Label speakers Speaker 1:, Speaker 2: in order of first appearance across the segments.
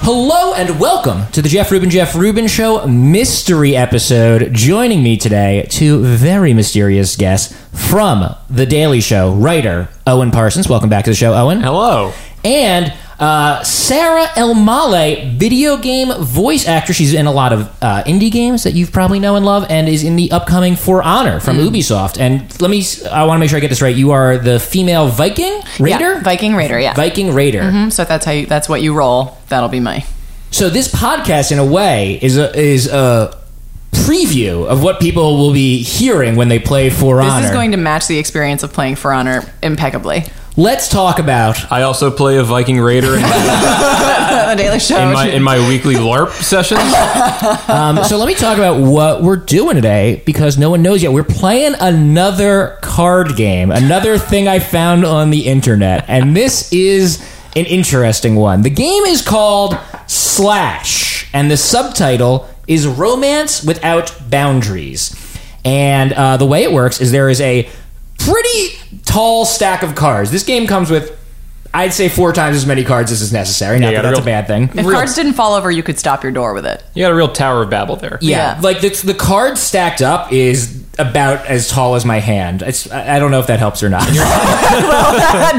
Speaker 1: Hello and welcome to the Jeff Rubin Jeff Rubin Show mystery episode. Joining me today, two very mysterious guests from The Daily Show, writer Owen Parsons. Welcome back to the show, Owen.
Speaker 2: Hello.
Speaker 1: And uh, Sarah El Male, video game voice actress. She's in a lot of uh, indie games that you probably know and love, and is in the upcoming For Honor from
Speaker 3: Hmm.
Speaker 1: Ubisoft. And let me, I want to make sure I get this right. You are the female Viking Raider?
Speaker 3: Yeah, Viking Raider, yeah.
Speaker 1: Viking Raider.
Speaker 3: Mm, so if that's how you, that's what you roll. That'll be my.
Speaker 1: So this podcast, in a way, is a is a preview of what people will be hearing when they play For
Speaker 3: This
Speaker 1: Honor.
Speaker 3: is going to match the experience of playing For Honor impeccably.
Speaker 1: Let's talk about
Speaker 2: I also play a Viking Raider in, in
Speaker 3: the Daily Show.
Speaker 2: my in my weekly LARP sessions.
Speaker 1: Um, so let me talk about what we're doing today because no one knows yet. We're playing another card game, another thing I found on the internet, and this is an interesting one. The game is called Slash, and the subtitle is Romance Without Boundaries. And uh, the way it works is there is a pretty tall stack of cards. This game comes with. I'd say four times as many cards as is necessary. Not
Speaker 2: Yeah,
Speaker 1: that
Speaker 2: yeah,
Speaker 1: that's a
Speaker 2: real-
Speaker 1: bad thing.
Speaker 3: if cards didn't fall over, you could stop your door with it.
Speaker 2: You got a real Tower of Babel there.
Speaker 1: Yeah,
Speaker 3: Yeah.
Speaker 1: like the, the card stacked up is about as tall as my hand. It's, I I don't know if that helps or not.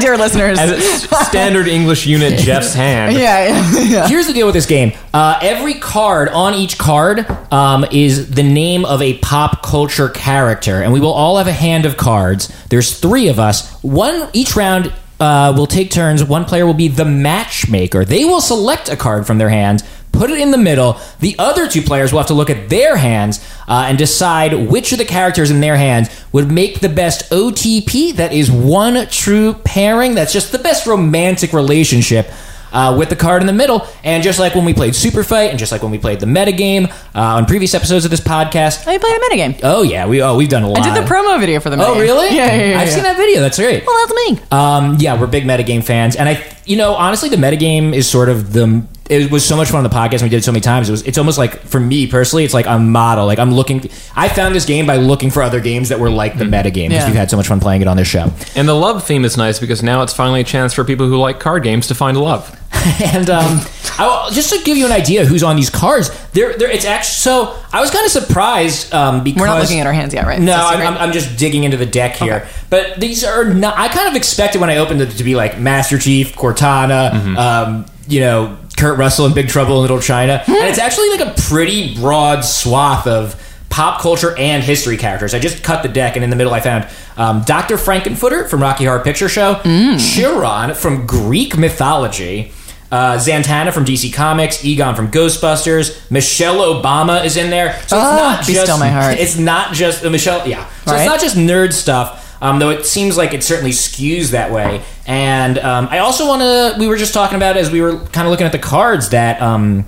Speaker 3: Dear listeners.
Speaker 2: As a s- standard English unit, Jeff's hand.
Speaker 3: yeah, yeah.
Speaker 1: Here's the deal with this game. Uh, every card on each card um, is the name of a pop culture character, and we will all have a hand of cards. There's three of us. One each round. Uh, will take turns. One player will be the matchmaker. They will select a card from their hands, put it in the middle. The other two players will have to look at their hands uh, and decide which of the characters in their hands would make the best OTP. That is one true pairing. That's just the best romantic relationship uh, with the card in the middle. And just like when we played Super Fight, and just like when we played the metagame uh, on previous episodes of this podcast.
Speaker 3: I played a minigame.
Speaker 1: Oh yeah, we oh we've done a lot.
Speaker 3: I did the promo video for the minigame.
Speaker 1: Oh really?
Speaker 3: Yeah, yeah, yeah.
Speaker 1: I've
Speaker 3: yeah.
Speaker 1: seen that video. That's great.
Speaker 3: Well, that's me.
Speaker 1: Um, yeah, we're big metagame fans, and I, you know, honestly, the metagame is sort of the. It was so much fun on the podcast. We did it so many times. It was. It's almost like for me personally, it's like a model. Like I'm looking. I found this game by looking for other games that were like the metagame because
Speaker 3: Hmm. Yeah.
Speaker 1: we've had so much fun playing it on this show.
Speaker 2: And the love theme is nice because now it's finally a chance for people who like card games to find love.
Speaker 1: And um, I, will- just to give you an idea who's on these cards, there, there. It's actually so. I was kind of surprised um, because
Speaker 3: We're not looking at our hands yet, right?
Speaker 1: No,
Speaker 3: It's a
Speaker 1: I'm,
Speaker 3: secret.
Speaker 1: I'm, I'm just digging into the deck here. But these are not. I kind of expected when I opened it to be like Master Chief, Cortana, um, you know, Kurt Russell in Big Trouble in Little China,
Speaker 3: Hmm.
Speaker 1: and it's actually like a pretty broad swath of pop culture and history characters. I just cut the deck, and in the middle, I found um, Doctor Frankenfooter from Rocky Horror Picture Show,
Speaker 3: Mm.
Speaker 1: Chiron from Greek mythology. Uh, Zantana from DC Comics, Egon from Ghostbusters, Michelle Obama is in there. So it's
Speaker 3: Ah,
Speaker 1: not
Speaker 3: be
Speaker 1: just
Speaker 3: still my heart.
Speaker 1: it's not just uh, Michelle. Yeah, so it's
Speaker 3: Right.
Speaker 1: not just nerd stuff. Um, though it seems like it certainly skews that way. And um, I also want to. We were just talking about as we were kind of looking at the cards that um,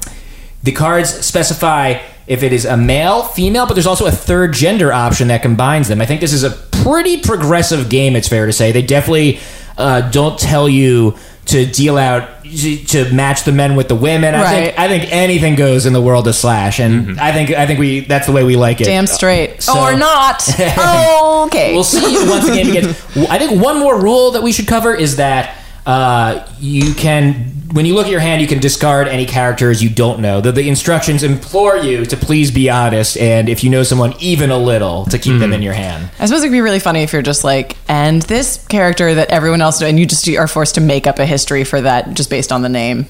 Speaker 1: the cards specify if it is a male, female, but there's also a third gender option that combines them. I think this is a pretty progressive game. It's fair to say they definitely uh, don't tell you to deal out to match the men with the women. I think
Speaker 3: Right.
Speaker 1: I think anything goes in the world of slash, and I think I think we that's the way we like it.
Speaker 3: Damn straight.
Speaker 1: So-
Speaker 3: or not. okay.
Speaker 1: We'll see once the game begins. I think one more rule that we should cover is that uh, you can, when you look at your hand, you can discard any characters you don't know. The, the instructions implore you to please be honest, and if you know someone even a little, to keep
Speaker 3: Hmm.
Speaker 1: them in your hand.
Speaker 3: I suppose it'd be really funny if you're just like, and this character that everyone else knows, and you just are forced to make up a history for that just based on the name.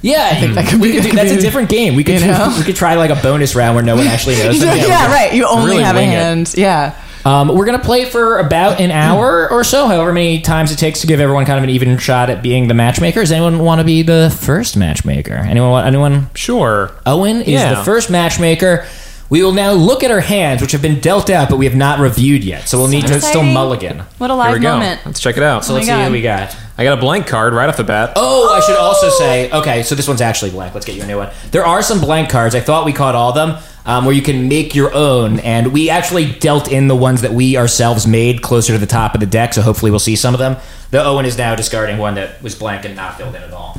Speaker 1: Yeah, I think
Speaker 3: that could
Speaker 1: we
Speaker 3: be-
Speaker 1: could do, that's a different game. We could
Speaker 3: You know?
Speaker 1: we could try like a bonus round where no one actually knows. them.
Speaker 3: yeah,
Speaker 1: we could-
Speaker 3: right. You only
Speaker 2: really
Speaker 3: have a
Speaker 2: wing it.
Speaker 3: hand. Hmm. Yeah.
Speaker 1: Um, we're gonna play for about an hour or so, however many times it takes to give everyone kind of an even shot at being the matchmaker. Does anyone want to be the first matchmaker? Anyone? want- Anyone?
Speaker 2: Sure.
Speaker 3: Oh.
Speaker 1: Owen is
Speaker 2: Yeah.
Speaker 1: the first matchmaker. We will now look at our hands, which have been dealt out, but we have not reviewed yet. So we'll need to still
Speaker 3: exciting.
Speaker 1: mulligan.
Speaker 3: What a
Speaker 2: Here we
Speaker 3: live
Speaker 2: go.
Speaker 3: moment. Oh
Speaker 2: Let's check it out.
Speaker 1: So let's see
Speaker 3: God.
Speaker 1: what we got.
Speaker 2: I got a blank card right off the bat.
Speaker 1: Oh, I should also say. Okay, so this one's actually blank. Let's get you a new one. There are some blank cards. I thought we caught all of them. um, where you can make your own. And we actually dealt in the ones that we ourselves made closer to the top of the deck, so hopefully we'll see some of them. The Owen is now discarding one that was blank and not filled in at all.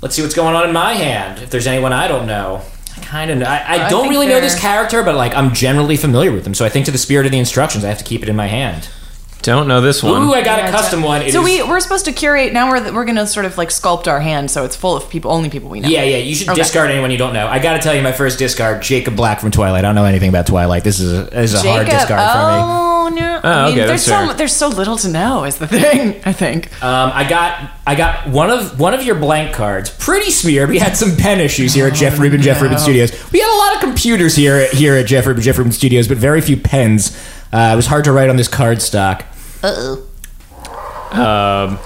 Speaker 1: Let's see what's going on in my hand. If there's anyone I don't know, I kind of know. I, I
Speaker 3: I
Speaker 1: don't
Speaker 3: think
Speaker 1: really know this
Speaker 3: they're-
Speaker 1: character, but like I'm generally familiar with them. So I think to the spirit of the instructions, I have to keep it in my hand.
Speaker 2: Don't know this one.
Speaker 1: Ooh, I got
Speaker 3: Yeah,
Speaker 1: a custom one. It
Speaker 3: so
Speaker 1: is-
Speaker 3: we we're supposed to curate. Now we're we're gonna sort of like sculpt our hand so it's full of people only people we know.
Speaker 1: Yeah, yeah. You should
Speaker 3: Okay.
Speaker 1: discard anyone you don't know. I got to tell you, my first discard, Jacob Black from Twilight. I don't know anything about Twilight. This is a, this is a hard
Speaker 3: Jacob.
Speaker 1: discard for me.
Speaker 3: oh no!
Speaker 2: Oh,
Speaker 3: I
Speaker 2: okay,
Speaker 3: mean, there's
Speaker 2: that's
Speaker 3: so
Speaker 2: fair.
Speaker 3: there's so little to know is the thing. I think.
Speaker 1: Um, I got I got one of one of your blank cards. Pretty smeared. We had some pen issues here at
Speaker 2: Oh,
Speaker 1: Jeff Rubin Jeff Rubin Studios. We had a lot of computers here at, here at Jeff Rubin Jeff Rubin Studios, but very few pens. Uh, it was hard to write on this card stock.
Speaker 2: Um,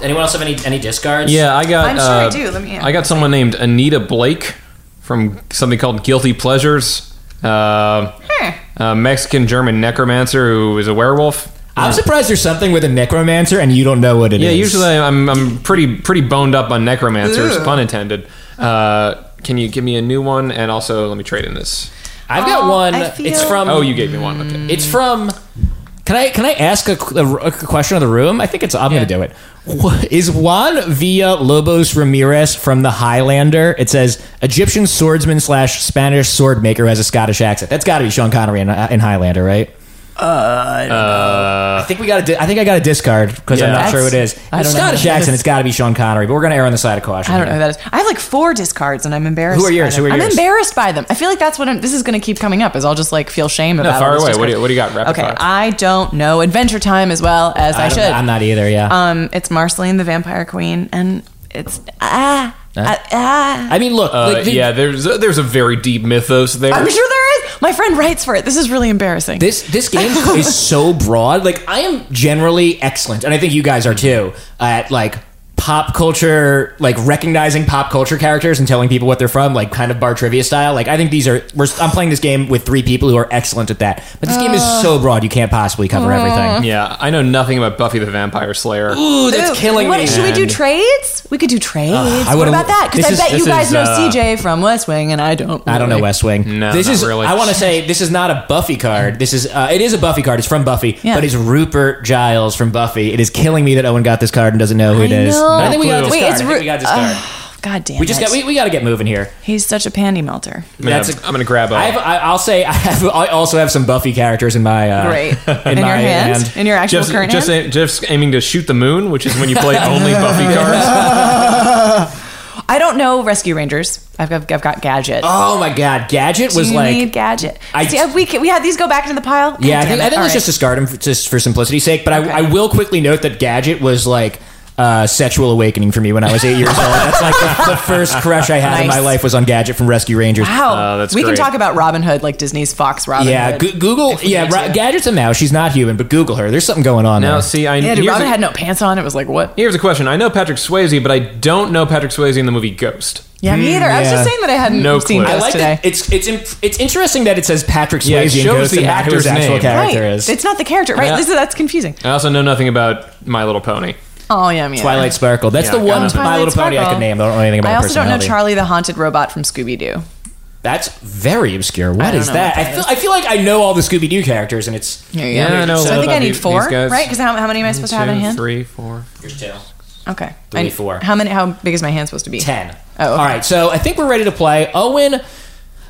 Speaker 1: Anyone else have any any discards?
Speaker 2: yeah, I got.
Speaker 3: I'm sure I
Speaker 2: uh,
Speaker 3: do. Let me-
Speaker 2: I got someone named Anita Blake from something called Guilty Pleasures. Uh,
Speaker 3: Huh.
Speaker 2: a Mexican German necromancer who is a werewolf.
Speaker 1: I'm surprised there's something with a necromancer and you don't know what it is.
Speaker 2: uh, Yeah, usually I'm I'm pretty pretty boned up on necromancers, pun intended. Uh, can you give me a new one? And also, let me trade in this.
Speaker 1: I've got
Speaker 3: Oh,
Speaker 1: one.
Speaker 3: I feel-
Speaker 1: It's from
Speaker 2: Oh, you gave me one. Okay.
Speaker 1: It's from. Can I can I ask a, a- a question of the room? I think it's. I'm going to do it. Wha- Is Juan Villa Lobos Ramirez from the Highlander? It says Egyptian swordsman slash Spanish sword maker who has a Scottish accent. That's got to be Sean Connery in, uh, in Highlander, right?
Speaker 2: Uh,
Speaker 1: I think we got. Di- I think I got a discard because I'm
Speaker 2: Yeah.
Speaker 1: not sure who it
Speaker 3: That's-
Speaker 1: is.
Speaker 3: I don't know
Speaker 1: Scottish
Speaker 3: who that
Speaker 1: accent.
Speaker 3: is.
Speaker 1: It's got to be Sean Connery, but we're going to err on the side of caution.
Speaker 3: I don't know who
Speaker 1: here.
Speaker 3: that is. I have like four discards and I'm embarrassed.
Speaker 1: Who are
Speaker 3: by
Speaker 1: yours?
Speaker 3: them.
Speaker 1: Who are
Speaker 3: I'm
Speaker 1: yours?
Speaker 3: embarrassed by them. I feel like that's what I'm, this is going to keep coming up. Is I'll just like feel shame about.
Speaker 2: fire
Speaker 3: all these
Speaker 2: away. What do you-
Speaker 3: discards.
Speaker 2: what do you got? Rapid
Speaker 3: okay,
Speaker 2: fire.
Speaker 3: I don't know. Adventure Time as well as I,
Speaker 1: I don't-
Speaker 3: should.
Speaker 1: I'm not either. Yeah.
Speaker 3: Um, it's Marceline the Vampire Queen, and it's ah ah. ah.
Speaker 1: I mean, look.
Speaker 2: Uh,
Speaker 1: like, the-
Speaker 2: yeah, there's a, there's a very deep mythos there.
Speaker 3: I'm sure there is. My friend writes for it. This is really embarrassing.
Speaker 1: This this game is so broad. Like I am generally excellent, and I think you guys are too at like pop culture, like recognizing pop culture characters and telling people what they're from, like kind of bar trivia style. Like I think these are. We're, I'm playing this game with three people who are excellent at that. But this game is so broad, you can't possibly cover everything.
Speaker 2: Yeah, I know nothing about Buffy the Vampire Slayer.
Speaker 1: Ooh, that's
Speaker 3: Ooh,
Speaker 1: killing
Speaker 3: what,
Speaker 1: me.
Speaker 3: Should we do
Speaker 2: And-
Speaker 3: trades? We could do trades.
Speaker 1: I
Speaker 3: what
Speaker 1: would've-
Speaker 3: about that?
Speaker 1: this
Speaker 3: Because I
Speaker 1: is-
Speaker 3: bet you
Speaker 2: this
Speaker 3: guys
Speaker 2: is,
Speaker 3: know
Speaker 2: uh,
Speaker 3: CJ from West Wing, and I don't.
Speaker 1: I don't know
Speaker 3: really.
Speaker 1: West Wing.
Speaker 2: No,
Speaker 1: this
Speaker 2: not
Speaker 1: is.
Speaker 2: really.
Speaker 1: I want to say this is not a Buffy card. This is. Uh, it is a Buffy card. It's from Buffy,
Speaker 3: Yeah.
Speaker 1: but it's Rupert Giles from Buffy. It is killing me that Owen got this card and doesn't know who it
Speaker 3: I
Speaker 1: is.
Speaker 3: know.
Speaker 1: I think we got
Speaker 2: No
Speaker 1: this
Speaker 2: clue.
Speaker 1: card. I
Speaker 3: Wait, it's
Speaker 1: think
Speaker 3: Ru-
Speaker 1: we got this card.
Speaker 3: God damn
Speaker 1: We just
Speaker 3: it.
Speaker 1: got. We, we got to get moving here.
Speaker 3: He's such a panty melter.
Speaker 2: Man,
Speaker 1: that's
Speaker 2: I'm, I'm gonna grab a.
Speaker 1: I have, I, I'll say I have. I also have some Buffy characters in my. Uh,
Speaker 3: Great.
Speaker 1: In,
Speaker 3: in
Speaker 1: my
Speaker 3: your hand? In your actual
Speaker 2: just,
Speaker 3: current
Speaker 2: just,
Speaker 3: hand?
Speaker 2: aim- just aiming to shoot the moon, which is when you play only Buffy cards.
Speaker 3: I don't know Rescue Rangers. I've, I've, I've got Gadget.
Speaker 1: Oh my god, Gadget was
Speaker 3: Do you
Speaker 1: like.
Speaker 3: need Gadget?
Speaker 1: I-
Speaker 3: See, have we, we had these go back into the pile?
Speaker 1: yeah, I
Speaker 3: God damn
Speaker 1: think,
Speaker 3: it.
Speaker 1: I think
Speaker 3: All
Speaker 1: let's
Speaker 3: right.
Speaker 1: just discard him for, just for simplicity's sake. But
Speaker 3: Okay.
Speaker 1: I, I will quickly note that Gadget was like. Uh, sexual awakening for me when I was eight years old. That's like the, the first crush I had in my
Speaker 3: Nice.
Speaker 1: life was on Gadget from Rescue Rangers.
Speaker 3: Wow.
Speaker 2: Oh, that's
Speaker 3: we
Speaker 2: great.
Speaker 3: can talk about Robin Hood, like Disney's Fox Robin
Speaker 1: Yeah,
Speaker 3: Hood.
Speaker 1: go- Google.
Speaker 3: we
Speaker 1: Yeah,
Speaker 3: need
Speaker 1: Ra-
Speaker 3: to.
Speaker 1: Gadget's a mouse. She's not human, but Google her. There's something going on
Speaker 2: Now,
Speaker 1: there.
Speaker 2: see, I
Speaker 3: yeah, dude,
Speaker 2: here's
Speaker 3: Robin
Speaker 2: a-
Speaker 3: had no pants on. It was like,
Speaker 1: Hmm,
Speaker 3: what?
Speaker 2: Here's a question. I know Patrick Swayze, but I don't know Patrick Swayze in the movie Ghost.
Speaker 3: Yeah, me either. I was
Speaker 1: yeah.
Speaker 3: just saying that I hadn't
Speaker 2: No
Speaker 3: seen
Speaker 2: clue. I
Speaker 3: Ghost
Speaker 1: I like
Speaker 3: today.
Speaker 1: that. It's it's imp- it's interesting that it says Patrick Swayze
Speaker 2: Yeah, it
Speaker 1: and
Speaker 2: shows
Speaker 1: Ghost
Speaker 2: the
Speaker 1: and not who his
Speaker 2: actor's
Speaker 1: actual
Speaker 2: name.
Speaker 1: character
Speaker 3: right.
Speaker 1: is.
Speaker 3: It's not the character, right?
Speaker 2: Yeah.
Speaker 3: This is that's confusing.
Speaker 2: I also know nothing about My Little Pony.
Speaker 3: Oh yeah, me.
Speaker 1: Twilight
Speaker 3: either.
Speaker 1: Sparkle. That's
Speaker 2: Yeah,
Speaker 1: the
Speaker 2: I got
Speaker 1: one
Speaker 2: nothing.
Speaker 1: My
Speaker 3: Twilight
Speaker 1: Little Pony I
Speaker 3: Sparkle.
Speaker 1: could name. I don't know anything about
Speaker 3: I
Speaker 1: her
Speaker 3: also don't know
Speaker 1: personality.
Speaker 3: Charlie the Haunted Robot from Scooby Doo.
Speaker 1: That's very obscure.
Speaker 3: I
Speaker 1: What
Speaker 3: don't
Speaker 1: is
Speaker 3: know
Speaker 1: that?
Speaker 3: what
Speaker 1: I feel
Speaker 3: that
Speaker 1: I feel like I know all the Scooby Doo characters, and it's
Speaker 3: Yeah,
Speaker 2: Yeah, I know
Speaker 3: So
Speaker 2: a
Speaker 3: I
Speaker 2: lot
Speaker 3: think I
Speaker 2: about
Speaker 3: need
Speaker 2: these-
Speaker 3: four,
Speaker 2: these guys.
Speaker 3: right? Because how, how many am I supposed to have in
Speaker 2: Two,
Speaker 3: hand?
Speaker 2: three, four.
Speaker 1: here's two,
Speaker 3: Okay,
Speaker 1: Three,
Speaker 3: I-
Speaker 1: four.
Speaker 3: How many? How big is my hand supposed to be?
Speaker 1: ten.
Speaker 3: Oh, okay.
Speaker 1: all right. So I think we're ready to play. Owen.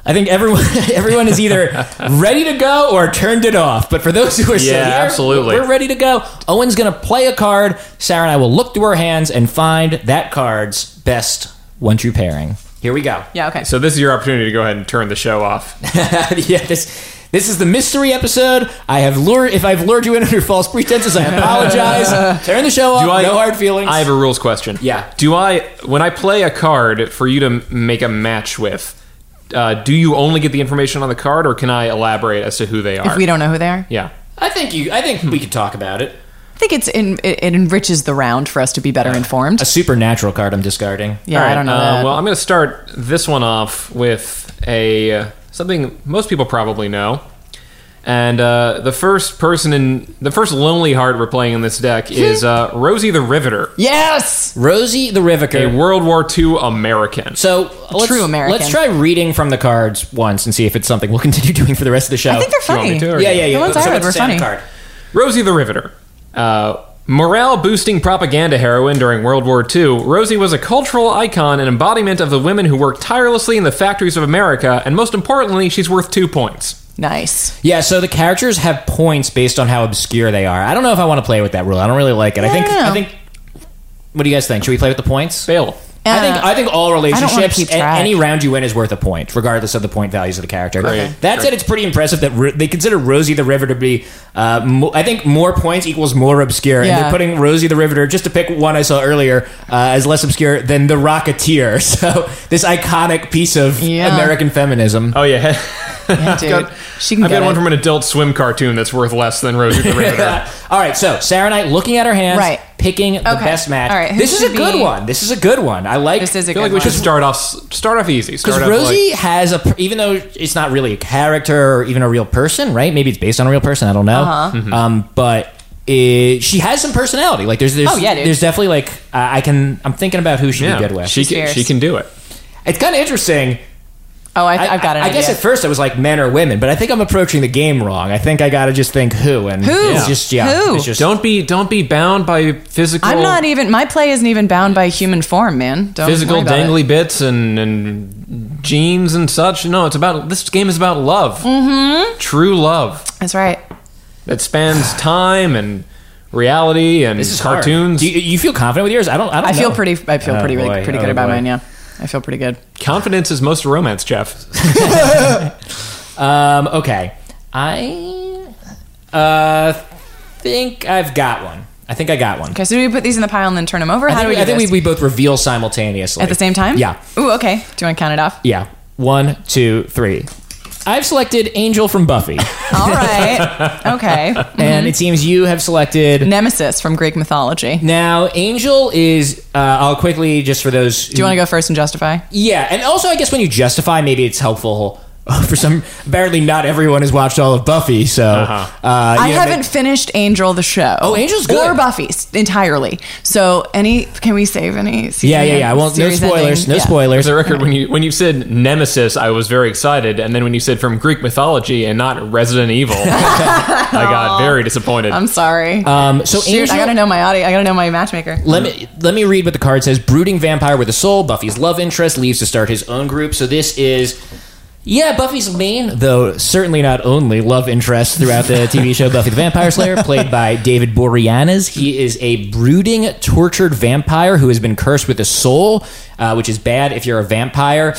Speaker 1: I think everyone everyone is either ready to go or turned it off. But for those who are still
Speaker 2: Yeah,
Speaker 1: here,
Speaker 2: absolutely.
Speaker 1: we're ready to go. Owen's going to play a card. Sarah and I will look through our hands and find that card's best one true pairing. Here we go.
Speaker 3: Yeah. Okay.
Speaker 2: So this is your opportunity to go ahead and turn the show off.
Speaker 1: yeah, this this is the mystery episode. I have lured if I've lured you in under false pretenses, I apologize. Turn the show off.
Speaker 2: Do I-
Speaker 1: no hard feelings.
Speaker 2: I have a rules question.
Speaker 1: Yeah.
Speaker 2: Do I, when I play a card for you to m- make a match with, uh, do you only get the information on the card, or can I elaborate as to who they are?
Speaker 3: if we don't know who they are,
Speaker 2: yeah.
Speaker 1: I think you. I think we could talk about it.
Speaker 3: I think it's in, it, it enriches the round for us to be better informed.
Speaker 1: A supernatural card. I'm discarding.
Speaker 3: Yeah,
Speaker 2: All right,
Speaker 3: I don't know.
Speaker 2: uh,
Speaker 3: that.
Speaker 2: Well, I'm going to start this one off with a uh, something most people probably know, And uh, the first person in the first Lonely Heart we're playing in this deck is uh, Rosie the Riveter,
Speaker 3: Yes.
Speaker 1: Rosie the
Speaker 2: a
Speaker 1: Riveter.
Speaker 2: World War II American.
Speaker 1: So let's,
Speaker 3: True American.
Speaker 1: Let's try reading from the cards once and see if it's something we'll continue doing for the rest of the show.
Speaker 3: I think they're
Speaker 2: you want me
Speaker 3: funny.
Speaker 2: to, or-
Speaker 1: yeah, yeah, yeah.
Speaker 3: The ones
Speaker 1: so
Speaker 3: I read
Speaker 1: what's
Speaker 3: were
Speaker 1: the sound
Speaker 3: funny.
Speaker 1: Card?
Speaker 2: Rosie the Riveter. Uh, morale boosting propaganda heroine during World War II, Rosie was a cultural icon and embodiment of the women who worked tirelessly in the factories of America, and most importantly, she's worth two points.
Speaker 3: Nice.
Speaker 1: Yeah, so the characters have points based on how obscure they are. I don't know if I want to play with that rule. I don't really like it. I think
Speaker 3: Yeah.
Speaker 1: I think what do you guys think? Should we play with the points?
Speaker 2: Bail.
Speaker 1: I think I think all relationships
Speaker 3: keep
Speaker 1: and
Speaker 3: track.
Speaker 1: any round you win is worth a point, regardless of the point values of the character.
Speaker 2: Great.
Speaker 1: That said, it's pretty impressive that Ro- they consider Rosie the Riveter to be. Uh, mo- I think more points equals more obscure, and
Speaker 3: Yeah.
Speaker 1: they're putting Rosie the Riveter just to pick one I saw earlier uh, as less obscure than the Rocketeer. So this iconic piece of
Speaker 3: Yeah.
Speaker 1: American feminism.
Speaker 2: Oh yeah,
Speaker 3: Yeah, dude. she can
Speaker 2: I've
Speaker 3: get
Speaker 2: got
Speaker 3: it.
Speaker 2: one from an adult swim cartoon that's worth less than Rosie the Riveter.
Speaker 1: All right, so Sarah and I looking at our hands,
Speaker 3: Right.
Speaker 1: picking the
Speaker 3: Okay.
Speaker 1: best match.
Speaker 3: All right, who
Speaker 1: this is a
Speaker 3: should
Speaker 1: good
Speaker 3: be-
Speaker 1: one. This is a good one. I like
Speaker 3: This is a
Speaker 2: I feel
Speaker 3: good
Speaker 2: like we
Speaker 3: one.
Speaker 2: should start off start off easy. Start
Speaker 1: Because
Speaker 2: off like-
Speaker 1: Rosie has a, pr- even though it's not really a character or even a real person, right? Maybe it's based on a real person. I don't know.
Speaker 3: Uh-huh.
Speaker 2: Mm-hmm.
Speaker 1: Um, but it, she has some personality. Like there's, there's,
Speaker 3: Oh, yeah, dude.
Speaker 1: there's definitely like uh, I can. I'm thinking about who she'd
Speaker 2: yeah,
Speaker 1: be good with.
Speaker 2: she
Speaker 3: She's
Speaker 2: can,
Speaker 3: fierce.
Speaker 2: she can do it.
Speaker 1: it's kind of interesting.
Speaker 3: Oh, I,
Speaker 1: I,
Speaker 3: I've got an
Speaker 1: I
Speaker 3: idea.
Speaker 1: guess at first I was like men or women, but I think I'm approaching the game wrong. I think I gotta just think who and
Speaker 3: Who?
Speaker 1: It's just yeah.
Speaker 3: Who?
Speaker 1: It's just,
Speaker 2: Don't be don't be bound by physical.
Speaker 3: I'm not even. My play isn't even bound by human form, man. Don't
Speaker 2: physical
Speaker 3: worry about it.
Speaker 2: dangly bits and and jeans and such. No, it's about this game is about love. Mm-hmm. True love
Speaker 3: That's right.
Speaker 2: that spans time and reality and
Speaker 1: This is hard.
Speaker 2: cartoons.
Speaker 1: Do you, you feel confident with yours? I don't. I, don't
Speaker 3: I feel
Speaker 1: know.
Speaker 3: pretty. I feel
Speaker 1: Oh,
Speaker 3: pretty
Speaker 1: boy.
Speaker 3: pretty
Speaker 1: Oh,
Speaker 3: good about
Speaker 1: boy.
Speaker 3: mine. Yeah, I feel pretty good.
Speaker 2: Confidence is most romance, Jeff.
Speaker 1: Um, okay. I uh, think I've got one. I think I got one.
Speaker 3: Okay, so do we put these in the pile and then turn them over?
Speaker 1: I
Speaker 3: How
Speaker 1: think,
Speaker 3: do
Speaker 1: we,
Speaker 3: we? Do
Speaker 1: I think we,
Speaker 3: this?
Speaker 1: we both reveal simultaneously.
Speaker 3: at the same time.
Speaker 1: Yeah.
Speaker 3: Ooh. Okay. Do you want to count it off?
Speaker 1: Yeah. One, two, three. I've selected Angel from Buffy,
Speaker 3: All right. Okay.
Speaker 1: and it seems you have selected.
Speaker 3: Nemesis from Greek mythology. Do
Speaker 1: Now, Angel is. Uh, I'll quickly just for those. Do
Speaker 3: you want to go first and justify?
Speaker 1: Yeah, and also I guess when you justify, maybe it's helpful. For some, apparently not everyone has watched all of Buffy, so uh
Speaker 3: Uh-huh. I
Speaker 1: you know,
Speaker 3: haven't finished Angel the show.
Speaker 1: Oh, Angel's good.
Speaker 3: Or Buffy's entirely. So any can we save any? Season
Speaker 1: Yeah, yeah, yeah. I won't. No
Speaker 3: series
Speaker 1: spoilers.
Speaker 3: ending?
Speaker 1: No
Speaker 3: Yeah.
Speaker 1: spoilers.
Speaker 2: There's a record when you when you said Nemesis, I was very excited, and then when you said from Greek mythology and not Resident Evil, I got very disappointed.
Speaker 3: I'm sorry.
Speaker 1: Um, so
Speaker 3: Shoot,
Speaker 1: Angel,
Speaker 3: I gotta know my audio. I gotta know my matchmaker.
Speaker 1: let me let me read what the card says. Brooding vampire with a soul. Buffy's love interest leaves to start his own group. So this is. Yeah, Buffy's main, though certainly not only, love interest throughout the TV show Buffy the Vampire Slayer, played by David Boreanaz. He is a brooding, tortured vampire who has been cursed with a soul, uh, which is bad if you're a vampire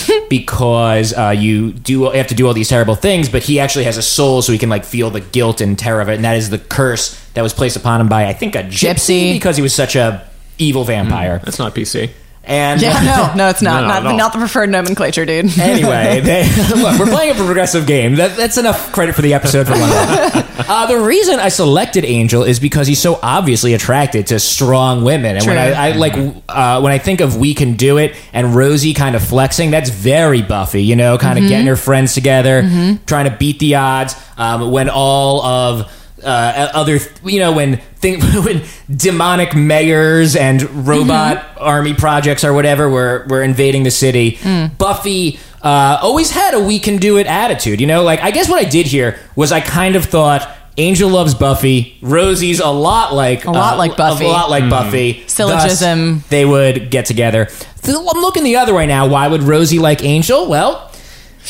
Speaker 1: because uh, you do have to do all these terrible things. But he actually has a soul, so he can like feel the guilt and terror of it, and that is the curse that was placed upon him by I think a gypsy,
Speaker 3: Gypsy.
Speaker 1: because he was such a evil vampire.
Speaker 2: That's not PC.
Speaker 1: And
Speaker 3: Yeah, no, no, it's not.
Speaker 2: No,
Speaker 3: not,
Speaker 2: no, no.
Speaker 3: not the preferred nomenclature, dude.
Speaker 1: anyway, they, look, we're playing a progressive game. That, that's enough credit for the episode for one. night. uh, the reason I selected Angel is because he's so obviously attracted to strong women, and when
Speaker 3: True.
Speaker 1: I, I like uh, when I think of "We Can Do It" and Rosie kind of flexing, that's very Buffy, you know,
Speaker 3: Mm-hmm.
Speaker 1: kind of getting her friends together, trying to beat the odds. Um, when all of uh, other, you know, when thing, when demonic mayors and robot
Speaker 3: Mm-hmm.
Speaker 1: army projects or whatever were were invading the city,
Speaker 3: Mm.
Speaker 1: Buffy uh, always had a "we can do it" attitude. You know, like I guess what I did here was I kind of thought. Angel loves Buffy. Rosie's a lot like a
Speaker 3: lot like Buffy.
Speaker 1: A lot like Buffy.
Speaker 3: Syllogism.
Speaker 1: Thus, they would get together. So I'm looking the other way now. Why would Rosie like Angel? Well,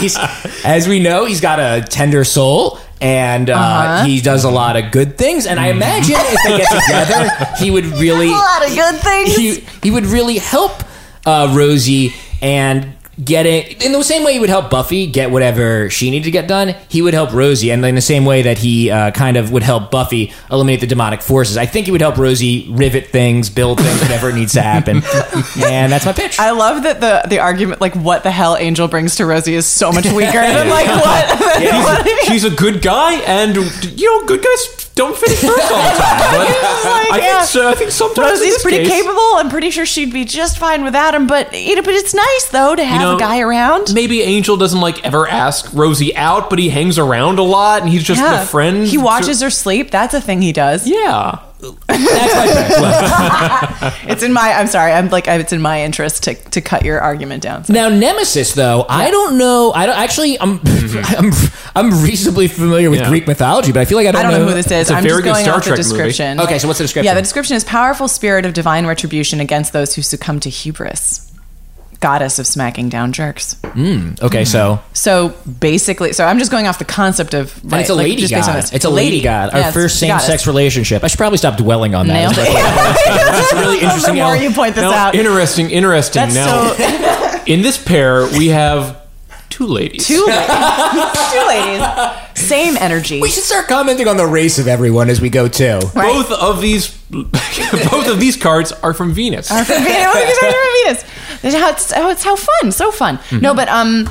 Speaker 1: he's, as we know, he's got a tender soul. And uh, he does a lot of good things, and I imagine if they get together, he would really
Speaker 3: lot of good things.
Speaker 1: he he would really help uh, Rosie and get it in the same way he would help Buffy get whatever she needed to get done. He would help Rosie, and in the same way that he uh, kind of would help Buffy eliminate the demonic forces. I think he would help Rosie rivet things, build things, whatever needs to happen. and that's my pitch.
Speaker 3: I love that the the argument like what the hell Angel brings to Rosie is so much weaker than like what.
Speaker 2: She's a good guy, and you know, good guys don't finish first all the time. But
Speaker 3: like,
Speaker 2: I,
Speaker 3: yeah.
Speaker 2: think so, I think sometimes in
Speaker 3: Rosie's
Speaker 2: this
Speaker 3: pretty
Speaker 2: case-
Speaker 3: capable. I'm pretty sure she'd be just fine without him. But you know, but it's nice though to have
Speaker 2: know,
Speaker 3: a guy around.
Speaker 2: Maybe Angel doesn't like ever ask Rosie out, but he hangs around a lot, and he's just the friend.
Speaker 3: He watches her sleep. That's a thing he does.
Speaker 2: Yeah,
Speaker 1: That's my fact. Look,
Speaker 3: It's in my. I'm sorry. I'm like. It's in my interest to to cut your argument down.
Speaker 1: Now Nemesis, though I don't know. I don't actually. I'm I'm I'm reasonably familiar with
Speaker 2: Yeah.
Speaker 1: Greek mythology, but I feel like I don't,
Speaker 3: I don't know who this is.
Speaker 2: a
Speaker 3: I'm
Speaker 2: very
Speaker 3: just
Speaker 2: good
Speaker 3: going
Speaker 2: Star
Speaker 3: off the
Speaker 2: Trek movie.
Speaker 3: description.
Speaker 1: Okay, so what's the description?
Speaker 3: Yeah, the description is powerful spirit of divine retribution against those who succumb to hubris. Goddess of smacking down jerks.
Speaker 1: okay, so
Speaker 3: So basically, so I'm just going off the concept of.
Speaker 1: and it's a
Speaker 3: like,
Speaker 1: lady
Speaker 3: just based on
Speaker 1: god.
Speaker 3: this.
Speaker 1: It's a lady, god. Our
Speaker 3: Yes,
Speaker 1: first same
Speaker 3: goddess.
Speaker 1: sex relationship. I should probably stop dwelling on that.
Speaker 3: Nailed it.
Speaker 1: It's a really interesting.
Speaker 3: the more
Speaker 1: ele-
Speaker 3: you point this
Speaker 2: Now,
Speaker 3: out,
Speaker 2: interesting, interesting.
Speaker 3: That's
Speaker 2: now, in this pair, we have two ladies.
Speaker 3: two ladies, two ladies, same energy.
Speaker 1: we should start commenting on the race of everyone as we go too.
Speaker 3: Right.
Speaker 2: Both of these, both of these cards are from Venus.
Speaker 3: Venus. Venus. It's how, it's, how, it's how fun, so fun.
Speaker 1: Mm-hmm.
Speaker 3: No, but um,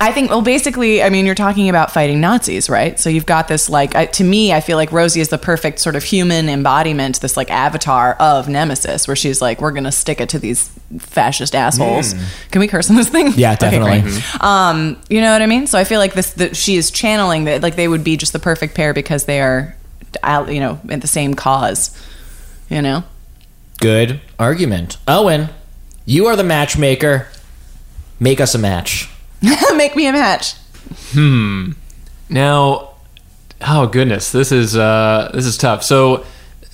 Speaker 3: I think well, basically, I mean, you're talking about fighting Nazis, right? So you've got this like, I, to me, I feel like Rosie is the perfect sort of human embodiment, this like avatar of Nemesis, where she's like, we're gonna stick it to these fascist assholes. Can we curse on this thing?
Speaker 1: Mm. Yeah,
Speaker 3: Okay,
Speaker 1: definitely. Mm-hmm.
Speaker 3: great. Um, you know what I mean? So I feel like this, that she is channeling that, like they would be just the perfect pair because they are, out, you know, at the same cause. You know.
Speaker 1: Good argument, Owen. You are the matchmaker. Make us a match.
Speaker 3: Make me a match.
Speaker 2: Now, oh goodness, this is uh, this is tough. So,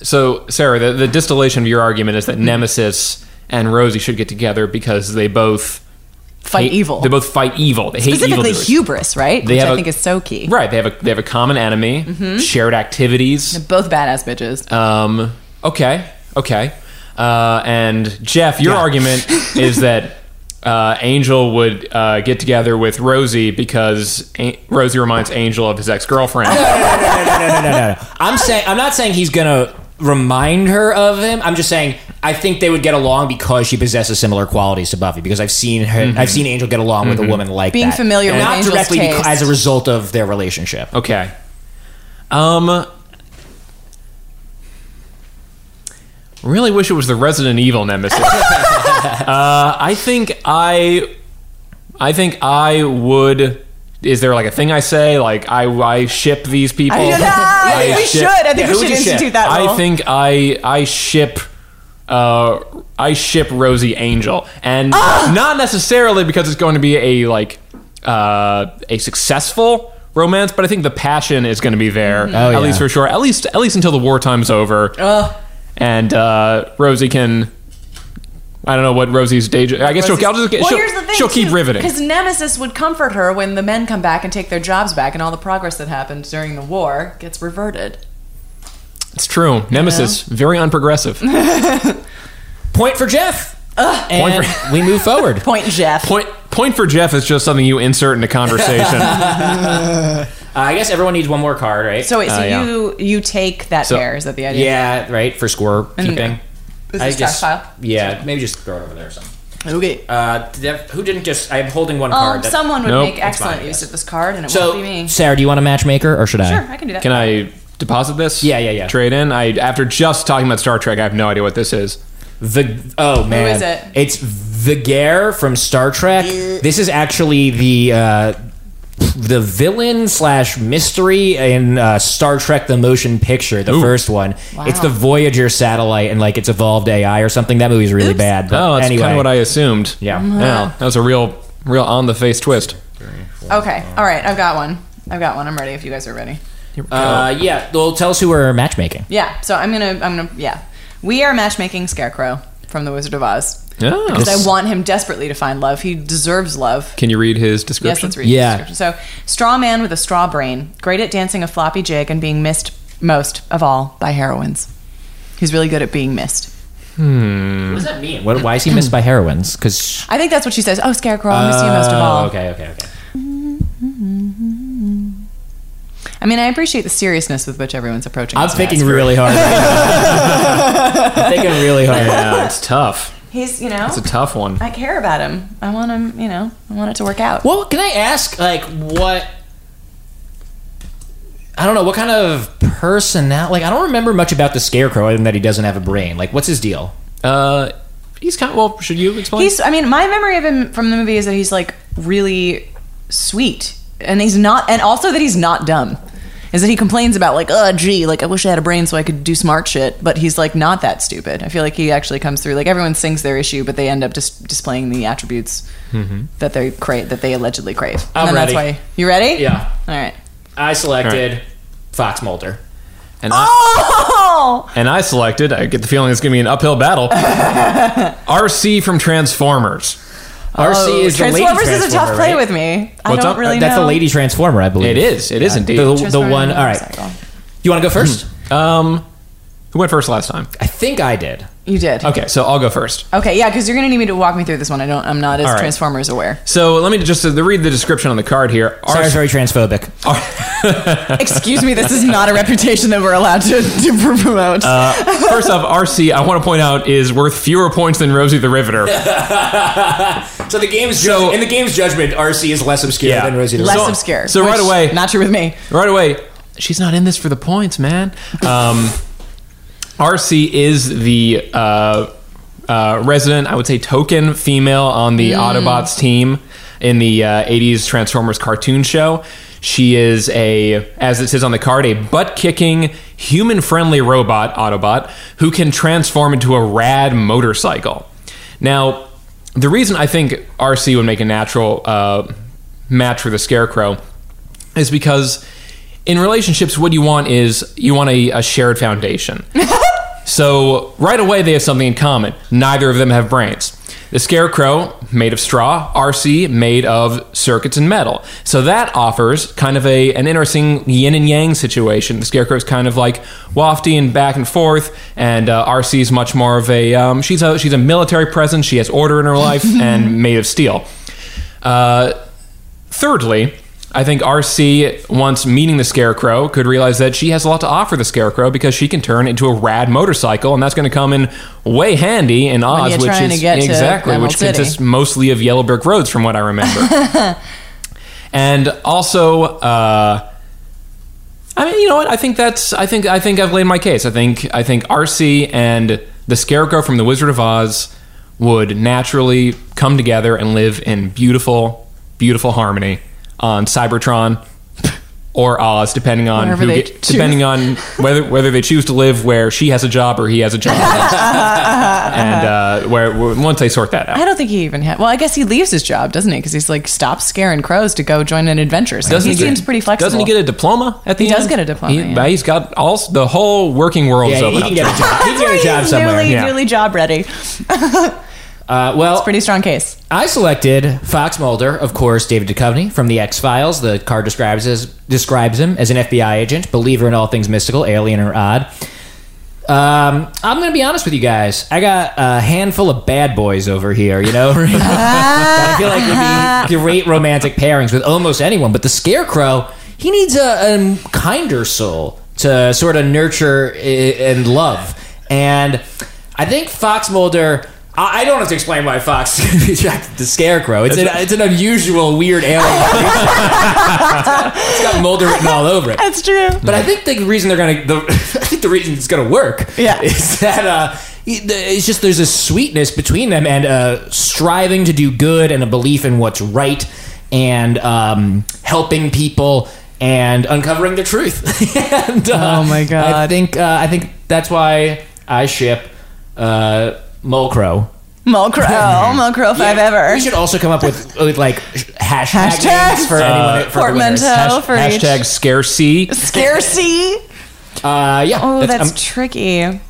Speaker 2: so Sarah, the, the distillation of your argument is that
Speaker 3: Mm-hmm.
Speaker 2: Nemesis and Rosie should get together because they both
Speaker 3: Fight
Speaker 2: hate-
Speaker 3: evil.
Speaker 2: They both fight evil. They hate evil.
Speaker 3: Specifically hubris, right?
Speaker 2: They
Speaker 3: Which
Speaker 2: have
Speaker 3: I
Speaker 2: a-
Speaker 3: think is so key.
Speaker 2: Right. They have a they have a common enemy. Shared activities.
Speaker 3: Both badass bitches.
Speaker 2: Um, okay. Okay. Uh, and Jeff, your argument is that. Uh, Angel would uh, get together with Rosie because A- Rosie reminds Angel of his ex girlfriend.
Speaker 1: I'm saying I'm not saying he's gonna remind her of him. I'm just saying I think they would get along because she possesses similar qualities to Buffy. Because I've seen her, I've seen Angel get along with a woman like
Speaker 3: Mm-hmm. Being
Speaker 1: that.
Speaker 3: familiar with
Speaker 1: not
Speaker 3: Angel's
Speaker 1: directly beca-
Speaker 3: taste.
Speaker 1: as a result of their relationship.
Speaker 2: Okay. Um. Really wish it was the Resident Evil nemesis. uh, I think I, I think I would. Is there like a thing I say? Like I, I ship these people.
Speaker 3: I don't know. I think we should. I
Speaker 1: Yeah,
Speaker 3: think we
Speaker 1: who would
Speaker 3: should
Speaker 1: you ship?
Speaker 3: institute that rule.
Speaker 2: I think I, I ship. Uh, I ship Rosie Angel, and
Speaker 3: Ah!
Speaker 2: not necessarily because it's going to be a like uh, a successful romance, but I think the passion is going to be there
Speaker 3: Mm-hmm.
Speaker 2: at
Speaker 1: yeah.
Speaker 2: least for sure. At least at least until the wartime's over, and uh, Rosie can. I don't know what Rosie's day. jo- I guess she'll, I'll just, get-
Speaker 3: well,
Speaker 2: she'll,
Speaker 3: here's the thing,
Speaker 2: she'll keep riveting.
Speaker 3: Because Nemesis would comfort her when the men come back and take their jobs back, and all the progress that happened during the war gets reverted.
Speaker 2: It's true. Nemesis, very unprogressive.
Speaker 1: Point for Jeff. and
Speaker 2: Point for-
Speaker 1: we move forward.
Speaker 3: Point Jeff.
Speaker 2: point point for Jeff is just something you insert into conversation.
Speaker 1: Uh, I guess everyone needs one more card, right?
Speaker 3: So wait, so
Speaker 2: Uh, yeah.
Speaker 3: you you take that
Speaker 2: So-
Speaker 3: pair? Is that the idea?
Speaker 1: yeah, right for score keeping.
Speaker 3: Is
Speaker 1: I
Speaker 3: this trash
Speaker 1: just
Speaker 3: pile?
Speaker 1: yeah, maybe just throw it over there or something.
Speaker 3: Okay.
Speaker 1: Uh, did that- who didn't just? I'm holding one card.
Speaker 3: Um,
Speaker 1: that-
Speaker 3: someone would
Speaker 2: Nope.
Speaker 3: make
Speaker 2: That's
Speaker 3: excellent
Speaker 1: fine, I
Speaker 3: use
Speaker 1: guess.
Speaker 3: of this card, and it
Speaker 1: So,
Speaker 3: won't be me.
Speaker 1: Sarah, do you want a matchmaker or should I?
Speaker 3: Sure, I can do that.
Speaker 2: Can I deposit this?
Speaker 1: Yeah, yeah, yeah.
Speaker 2: Trade in. I after just talking about Star Trek, I have no idea what this is.
Speaker 1: The oh man,
Speaker 3: is it?
Speaker 1: It's Vigare from Star Trek. This is actually the uh, the villain slash mystery in uh, Star Trek: The Motion Picture, the first one. It's the Voyager satellite and like its evolved AI or something. That movie's really bad. But
Speaker 2: Oh, that's
Speaker 1: anyway,
Speaker 2: kind of what I assumed.
Speaker 1: Yeah.
Speaker 3: Mm-hmm.
Speaker 2: Yeah, that was a real, real on the face twist.
Speaker 3: Okay. All right. I've got one. I've got one. I'm ready. If you guys are ready.
Speaker 1: Uh, yeah, well, tell us who we're matchmaking.
Speaker 3: Yeah. So I'm gonna. I'm gonna. Yeah. We are matchmaking Scarecrow from The Wizard of Oz
Speaker 2: Oh.
Speaker 3: because I want him desperately to find love. He deserves love.
Speaker 2: Can you read his
Speaker 3: Yes,
Speaker 2: description?
Speaker 3: let's read the
Speaker 1: Yeah.
Speaker 3: description. So, straw man with a straw brain, great at dancing a floppy jig and being missed most of all by heroines. He's really good at being missed.
Speaker 1: What does that mean? What, why is he missed by heroines? Because
Speaker 3: I think that's what she says. Oh, Scarecrow, I miss you most of all.
Speaker 1: okay, okay, okay.
Speaker 3: I mean, I appreciate the seriousness with which everyone's approaching.
Speaker 1: I'm
Speaker 3: this
Speaker 1: thinking
Speaker 3: mask.
Speaker 1: really hard. I'm thinking really hard.
Speaker 2: yeah, Uh, it's tough.
Speaker 3: He's, you know,
Speaker 2: It's a tough one.
Speaker 3: I care about him. I want him, you know, I want it to work out.
Speaker 1: Well, can I ask, like, what? I don't know what kind of personality. Like I don't remember much about the Scarecrow other than that he doesn't have a brain. Like what's his deal?
Speaker 2: Uh, he's kind. Of, well, should you explain?
Speaker 3: He's. I mean, my memory of him from the movie is that he's like really sweet, and he's not, and also that he's not dumb. Is that he complains about like, oh gee, like I wish I had a brain so I could do smart shit, but he's like not that stupid. I feel like he actually comes through. Like everyone sings their issue, but they end up just displaying the attributes that they crave, that they allegedly crave.
Speaker 1: Mm-hmm. I'm
Speaker 3: and then that's
Speaker 1: ready.
Speaker 3: why you ready?
Speaker 1: Yeah,
Speaker 3: All right.
Speaker 1: I selected
Speaker 2: All
Speaker 1: Fox Mulder.
Speaker 2: and,
Speaker 3: Ah!
Speaker 2: I,
Speaker 3: Oh,
Speaker 2: and I selected. I get the feeling it's going to be an uphill battle. RC from Transformers.
Speaker 1: RC is the lady
Speaker 3: Oh, Transformers is a
Speaker 1: Transformer,
Speaker 3: tough play
Speaker 1: right? uh,
Speaker 3: with me. I
Speaker 2: What's
Speaker 3: don't
Speaker 2: up?
Speaker 3: really
Speaker 1: That's
Speaker 3: know.
Speaker 1: a lady transformer, I believe.
Speaker 2: It is. It is indeed.
Speaker 1: The, the
Speaker 3: Transformer
Speaker 1: one. All right.
Speaker 3: motorcycle.
Speaker 1: You want to go first?
Speaker 2: Um, who went first last time?
Speaker 1: Hmm. I think I did.
Speaker 3: You did.
Speaker 2: Okay, so I'll go first.
Speaker 3: Okay, yeah, because you're gonna need me to walk me through this one. I don't. I'm not as
Speaker 2: All right.
Speaker 3: Transformers aware.
Speaker 2: So let me just uh, read the description on the card here.
Speaker 1: Sorry, it's
Speaker 2: RC
Speaker 1: very transphobic.
Speaker 3: Excuse me. This is not a reputation that we're allowed to, to promote.
Speaker 2: Uh, First off, RC, I want to point out is worth fewer points than Rosie the Riveter.
Speaker 1: So the game's
Speaker 2: So-
Speaker 1: in the game's judgment, RC is less obscure
Speaker 2: Yeah.
Speaker 1: than Rosie. the
Speaker 3: Less
Speaker 1: Riveter.
Speaker 3: obscure.
Speaker 2: so right
Speaker 3: which-
Speaker 2: away-
Speaker 3: not true with me.
Speaker 2: Right away, she's not in this for the points, man. Um, RC is the uh, uh, resident, I would say, token female on the Autobots team in the uh, '80s Transformers cartoon show. She is a, as it says on the card, a butt-kicking, human-friendly robot Autobot who can transform into a rad motorcycle. Now, the reason I think RC would make a natural uh, match for the Scarecrow is because in relationships, what you want is you want a, a shared foundation. so right away, they have something in common. Neither of them have brains. The scarecrow made of straw, RC made of circuits and metal. So that offers kind of a an interesting yin and yang situation. The scarecrow is kind of like wafty and back and forth, and uh, RC is much more of a um, she's a she's a military presence. She has order in her life and made of steel. Uh, Thirdly, I think RC, once meeting the Scarecrow, could realize that she has a lot to offer the Scarecrow because she can turn into a rad motorcycle, and that's going to come in way handy in Oz,
Speaker 3: you're
Speaker 2: which
Speaker 3: trying
Speaker 2: is
Speaker 3: to get to
Speaker 2: exactly
Speaker 3: Emerald
Speaker 2: which
Speaker 3: City.
Speaker 2: consists mostly of yellow brick roads, from what I remember. and also, uh, I mean, you know what? I think that's. I think. I think I've laid my case. I think. I think RC and the Scarecrow from the Wizard of Oz would naturally come together and live in beautiful, beautiful harmony on Cybertron or Oz, depending on
Speaker 3: Wherever
Speaker 2: who
Speaker 3: they
Speaker 2: get,
Speaker 3: choose.
Speaker 2: depending on whether whether they choose to live where she has a job or he has a job, and
Speaker 3: uh-huh.
Speaker 2: uh, where, where once they sort that out.
Speaker 3: I don't think he even had. Well, I guess he leaves his job, doesn't he? Because he's like stops scaring crows to go join an adventure. So he
Speaker 2: get-
Speaker 3: seems pretty flexible.
Speaker 2: Doesn't he get a diploma at the
Speaker 3: He
Speaker 2: end?
Speaker 3: does get a diploma,
Speaker 2: He,
Speaker 3: yeah.
Speaker 2: has got all s- the whole working world is
Speaker 1: Yeah, he
Speaker 2: open up
Speaker 1: can
Speaker 2: to
Speaker 1: get
Speaker 2: him.
Speaker 1: a job. He can get a job
Speaker 3: He's
Speaker 1: somewhere.
Speaker 3: newly,
Speaker 2: yeah.
Speaker 3: newly job ready.
Speaker 1: Uh, well,
Speaker 3: Pretty strong case.
Speaker 1: I selected Fox Mulder, of course, David Duchovny from the X Files. The card describes as, describes him as an FBI agent, believer in all things mystical, alien or odd. Um, I'm going to be honest with you guys. I got a handful of bad boys over here, you know. I feel like would be great romantic pairings with almost anyone, but the Scarecrow, he needs a, a kinder soul to sort of nurture i- and love. And I think Fox Mulder. I I don't have to explain why Fox attracted the Scarecrow. It's an, it's an unusual, weird alien. it's got Mulder written all over it.
Speaker 3: That's true.
Speaker 1: But I think the reason they're gonna, the, I think the reason it's gonna work,
Speaker 3: Yeah.
Speaker 1: is that uh, it's just there's a sweetness between them and uh, striving to do good and a belief in what's right and um, helping people and uncovering the truth. and, uh,
Speaker 3: Oh, my God.
Speaker 1: I think uh, I think that's why I ship uh, Mulcrow.
Speaker 3: Mulcrow, Mulcrow five
Speaker 1: Yeah,
Speaker 3: ever.
Speaker 1: We should also come up with, with like sh- hashtag
Speaker 3: Hashtags.
Speaker 1: names for anyone for the winners.
Speaker 3: Portmanteau
Speaker 2: Hash-
Speaker 3: for each.
Speaker 2: hashtag scarcy.
Speaker 3: Scarcy.
Speaker 1: Uh, yeah,
Speaker 3: Oh, that's,
Speaker 2: um,
Speaker 1: I'm-
Speaker 3: tricky.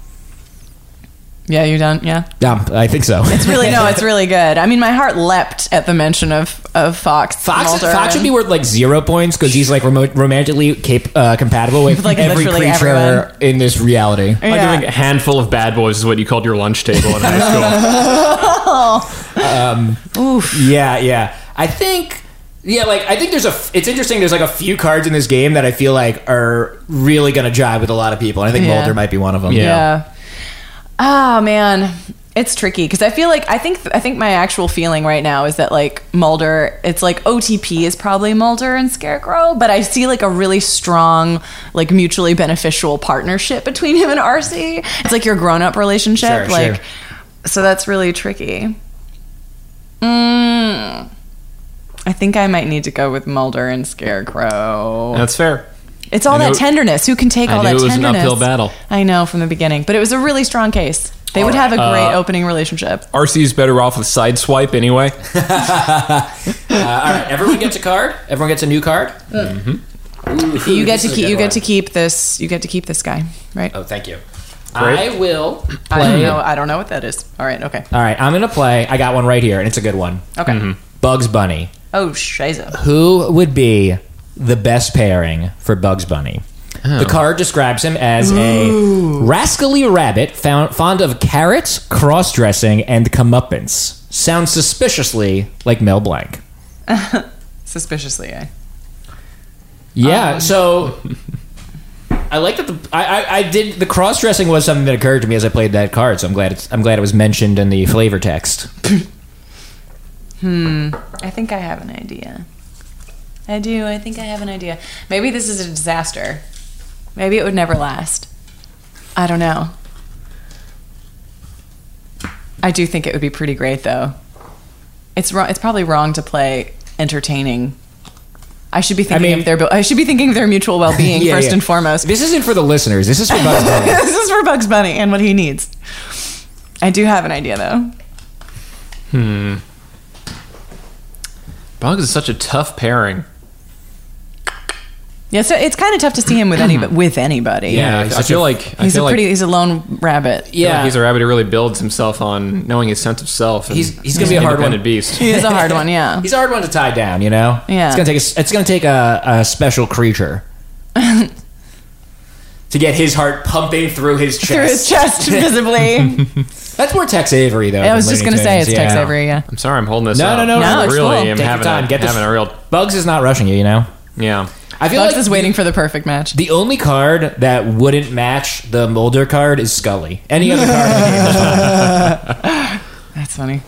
Speaker 3: Yeah, you done? Yeah.
Speaker 1: yeah, I think so.
Speaker 3: It's really no, it's really good. I mean, my heart leapt at the mention of of Fox.
Speaker 1: Fox,
Speaker 3: Mulder,
Speaker 1: Fox would
Speaker 3: and-
Speaker 1: be worth like zero points because he's like remote, romantically cap- uh, compatible with
Speaker 3: Like,
Speaker 1: every
Speaker 3: literally
Speaker 1: creature
Speaker 3: everyone.
Speaker 1: in this reality.
Speaker 2: I
Speaker 3: Yeah.
Speaker 2: think a handful of bad boys is what you called your lunch table in high school.
Speaker 1: Yeah, yeah. I think. Yeah, like I think there's a. F- it's interesting. There's like a few cards in this game that I feel like are really gonna jive with a lot of people, and I think
Speaker 3: Yeah.
Speaker 1: Mulder might be one of them.
Speaker 2: Yeah.
Speaker 3: Yeah. Oh man, It's tricky because I feel like I think I think my actual feeling right now is that like Mulder, it's like OTP is probably Mulder and Scarecrow, but I see like a really strong, like mutually beneficial partnership between him and RC. It's like your grown-up relationship,
Speaker 1: Sure,
Speaker 3: like
Speaker 1: sure.
Speaker 3: so that's really tricky. Mm, I think I might need to go with Mulder and Scarecrow.
Speaker 2: That's fair.
Speaker 3: It's all
Speaker 2: I
Speaker 3: that
Speaker 2: knew-
Speaker 3: tenderness. Who can take
Speaker 2: I
Speaker 3: all that
Speaker 2: knew it was an
Speaker 3: tenderness?
Speaker 2: uphill battle.
Speaker 3: I know from the beginning, but it was a really strong case. They would have a great
Speaker 2: Uh,
Speaker 3: opening relationship.
Speaker 2: RC's better off with sideswipe anyway.
Speaker 1: Uh, All right, everyone gets a card. Everyone gets a new card. Mm-hmm.
Speaker 3: You get to keep. You get to keep this. You get to keep this guy, right?
Speaker 1: Oh, thank you.
Speaker 2: Great.
Speaker 1: I will
Speaker 3: I don't
Speaker 1: play.
Speaker 3: know. I don't know what that is. All right. Okay.
Speaker 1: All right, I'm gonna play. I got one right here, and it's a good one.
Speaker 3: Okay.
Speaker 2: Mm-hmm.
Speaker 1: Bugs Bunny.
Speaker 3: Oh, shiza.
Speaker 1: Who would be the best pairing for Bugs Bunny? The card describes him as a rascally rabbit found, fond of carrots, cross dressing, and comeuppance. Sounds suspiciously like Mel Blanc.
Speaker 3: Suspiciously, eh?
Speaker 1: Yeah, so I like that. The, I, I I did the cross dressing was something that occurred to me as I played that card, so I'm glad it's, I'm glad it was mentioned in the flavor text.
Speaker 3: I think I have an idea. I do. I think I have an idea. Maybe this is a disaster. Maybe it would never last. I don't know. I do think it would be pretty great, though. It's wrong. It's probably wrong to play entertaining. I should be thinking
Speaker 1: mean-
Speaker 3: of their. bu- I should be thinking of their mutual well-being
Speaker 1: Yeah,
Speaker 3: first
Speaker 1: yeah.
Speaker 3: and foremost.
Speaker 1: This isn't for the listeners. This is for Bugs Bunny.
Speaker 3: this is for Bugs Bunny and what he needs. I do have an idea, though.
Speaker 2: Bugs is such a tough pairing.
Speaker 3: Yeah, so it's kind of tough to see him with any with anybody.
Speaker 1: Yeah,
Speaker 2: Yeah,
Speaker 1: he's
Speaker 2: I
Speaker 1: such
Speaker 2: feel
Speaker 1: a-
Speaker 2: like I
Speaker 3: He's
Speaker 2: feel
Speaker 3: a
Speaker 2: like,
Speaker 3: pretty. he's a lone rabbit.
Speaker 2: I feel like
Speaker 1: Yeah,
Speaker 2: he's a rabbit who really builds himself on knowing his sense of self. and
Speaker 1: He's- he's gonna be a
Speaker 2: an
Speaker 1: hard one.
Speaker 2: independent beast.
Speaker 3: He's a hard one. Yeah.
Speaker 1: He's a hard one to tie down, you know.
Speaker 3: Yeah.
Speaker 1: it's gonna take a, s- it's gonna take a, a special creature to get his heart pumping through his chest.
Speaker 3: Through his chest visibly.
Speaker 1: That's more Tex Avery, though.
Speaker 3: I
Speaker 1: than
Speaker 3: was just
Speaker 1: Looney
Speaker 3: gonna say
Speaker 1: Tunes,
Speaker 3: it's
Speaker 1: yeah.
Speaker 3: Tex Avery. Yeah.
Speaker 2: I'm sorry, I'm holding this.
Speaker 1: No,
Speaker 2: up.
Speaker 1: no, no,
Speaker 3: No,
Speaker 2: I
Speaker 3: it's
Speaker 2: really
Speaker 3: cool.
Speaker 2: am
Speaker 1: Take your
Speaker 2: having
Speaker 1: time.
Speaker 2: a
Speaker 1: Get this-
Speaker 2: having a real
Speaker 1: Bugs is not rushing you, you know.
Speaker 2: yeah.
Speaker 1: I feel
Speaker 3: Bugs
Speaker 1: like
Speaker 3: is waiting for the perfect match.
Speaker 1: The only card that wouldn't match the Mulder card is Scully. Any other card? in the game is fine.
Speaker 3: That's funny.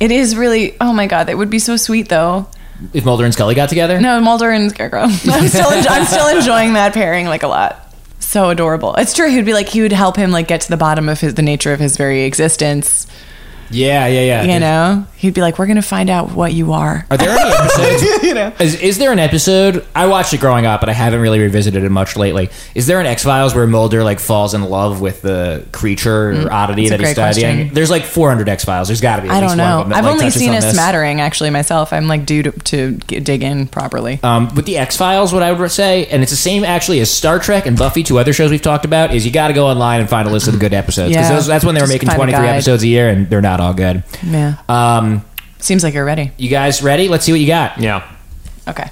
Speaker 3: It is really. Oh my god, that would be so sweet though.
Speaker 1: if Mulder and Scully got together,
Speaker 3: No, Mulder and Scarecrow. I'm still. En- I'm still enjoying that pairing like a lot. So adorable. It's true. He'd be like he would help him like get to the bottom of his the nature of his very existence.
Speaker 1: Yeah, yeah, yeah.
Speaker 3: You know, he'd be like, "We're gonna find out what you are."
Speaker 1: Are there any episodes?
Speaker 3: you know.
Speaker 1: Is, is there an episode? I watched it growing up, but I haven't really revisited it much lately. Is there an X Files where Mulder like falls in love with the creature or oddity
Speaker 3: Mm, that's a
Speaker 1: that he's
Speaker 3: great
Speaker 1: studying?
Speaker 3: question.
Speaker 1: There's like 400 X Files. There's got to be. At
Speaker 3: I
Speaker 1: least One
Speaker 3: don't know.
Speaker 1: of them that,
Speaker 3: I've
Speaker 1: like,
Speaker 3: only
Speaker 1: touches
Speaker 3: seen
Speaker 1: on
Speaker 3: a
Speaker 1: this.
Speaker 3: smattering actually myself. I'm like due to, to g- dig in properly.
Speaker 1: Um, with the X Files, what I would say, and it's the same actually as Star Trek and Buffy, two other shows we've talked about, is you got to go online and find a list of the good episodes because
Speaker 3: Yeah.
Speaker 1: that's when they were
Speaker 3: Just
Speaker 1: making
Speaker 3: find a
Speaker 1: 23
Speaker 3: guide.
Speaker 1: episodes a year, and they're not all good.
Speaker 3: Yeah.
Speaker 1: Um,
Speaker 3: Seems like you're ready.
Speaker 1: you guys ready? Let's see what you got.
Speaker 2: Yeah.
Speaker 3: Okay.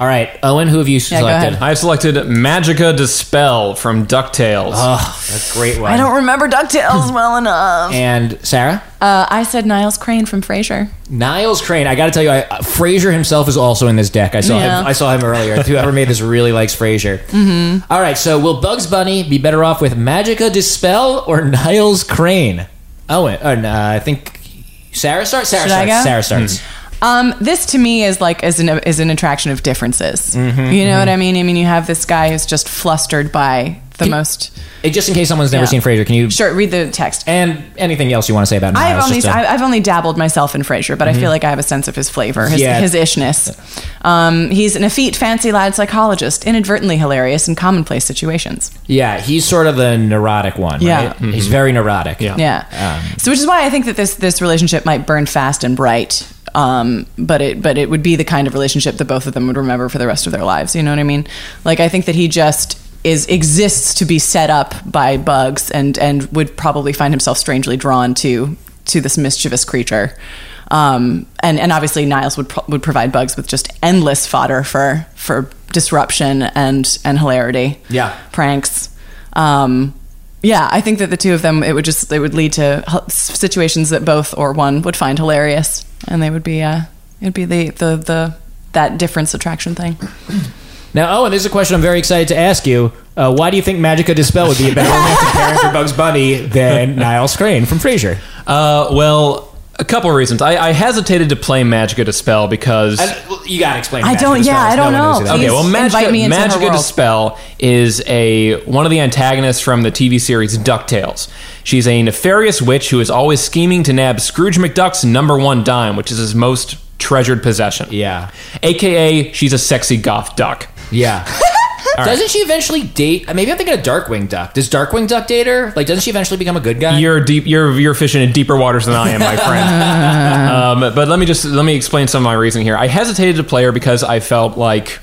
Speaker 1: All right, Owen, who have you
Speaker 3: go
Speaker 1: selected?
Speaker 3: ahead.
Speaker 2: I have selected Magica Dispel from DuckTales.
Speaker 1: Oh, that's a great one.
Speaker 3: I don't remember DuckTales well enough.
Speaker 1: and Sarah.
Speaker 3: Uh, I said Niles Crane from Frasier.
Speaker 1: Niles Crane, I got to tell you, I, uh, Frasier himself is also in this deck. I saw
Speaker 3: Yeah.
Speaker 1: him. I saw him earlier. Whoever made this really likes Frasier. Mm-hmm. right, so will Bugs Bunny be better off with Magica Dispel or Niles Crane? Oh, wait, uh, no, I think Sarah starts. Sarah
Speaker 3: Should I
Speaker 1: starts.
Speaker 3: go?
Speaker 1: Sarah starts.
Speaker 3: Um, this to me is like is an is an attraction of differences.
Speaker 1: Mm-hmm,
Speaker 3: you know what I mean? I mean, you have this guy who's just flustered by the most.
Speaker 1: Uh, Just in case someone's never
Speaker 3: Yeah.
Speaker 1: seen Frasier, can you?
Speaker 3: Sure, read the text.
Speaker 1: And anything else you want to say about Niles?
Speaker 3: I've only
Speaker 1: just to-
Speaker 3: I- I've only dabbled myself in Frasier, but I feel like I have a sense of his flavor, his,
Speaker 1: Yeah.
Speaker 3: his ishness. Um, he's an effete, fancy lad psychologist, inadvertently hilarious in commonplace situations.
Speaker 1: yeah, he's sort of the neurotic one.
Speaker 3: Yeah.
Speaker 1: right? he's very neurotic. Um,
Speaker 2: Yeah.
Speaker 3: Yeah. so, which is why I think that this this relationship might burn fast and bright. Um, but it but it would be the kind of relationship that both of them would remember for the rest of their lives. You know what I mean? Like I think that he just is exists to be set up by bugs and and would probably find himself strangely drawn to to this mischievous creature. Um, and and obviously Niles would pro- would provide bugs with just endless fodder for for disruption and and hilarity
Speaker 1: Yeah.
Speaker 3: pranks. Um, yeah, I think that the two of them, it would just, it would lead to h- situations that both or one would find hilarious, and they would be, uh, it'd be the the the that difference attraction thing.
Speaker 1: Now, Owen, this is a question I'm very excited to ask you. Uh, why do you think Magica Dispel would be a better romantic pairing for Bugs Bunny than Niall Screen from Frasier?
Speaker 2: Uh, well, a couple of reasons. I, I hesitated to play Magica Dispel because.
Speaker 1: And, well, you gotta explain.
Speaker 3: I
Speaker 1: Magica
Speaker 3: don't-
Speaker 1: Dispel,
Speaker 3: yeah, I
Speaker 1: so
Speaker 3: don't
Speaker 1: one knows who
Speaker 3: know.
Speaker 1: that is.
Speaker 2: Okay,
Speaker 3: Please
Speaker 2: well, Magica,
Speaker 3: invite me into her
Speaker 2: Magica
Speaker 3: world.
Speaker 2: Dispel is a one of the antagonists from the TV series DuckTales. She's a nefarious witch who is always scheming to nab Scrooge McDuck's number one dime, which is his most treasured possession.
Speaker 1: Yeah.
Speaker 2: AKA, she's a sexy goth duck.
Speaker 1: Yeah. Doesn't she eventually date? uh, Maybe I'm thinking of Darkwing Duck. Does Darkwing Duck date her? Like, doesn't she eventually become a good guy?
Speaker 2: You're deep. You're you're fishing in deeper waters than I am, my friend. um, but let me just let me explain some of my reason here. I hesitated to play her because I felt like,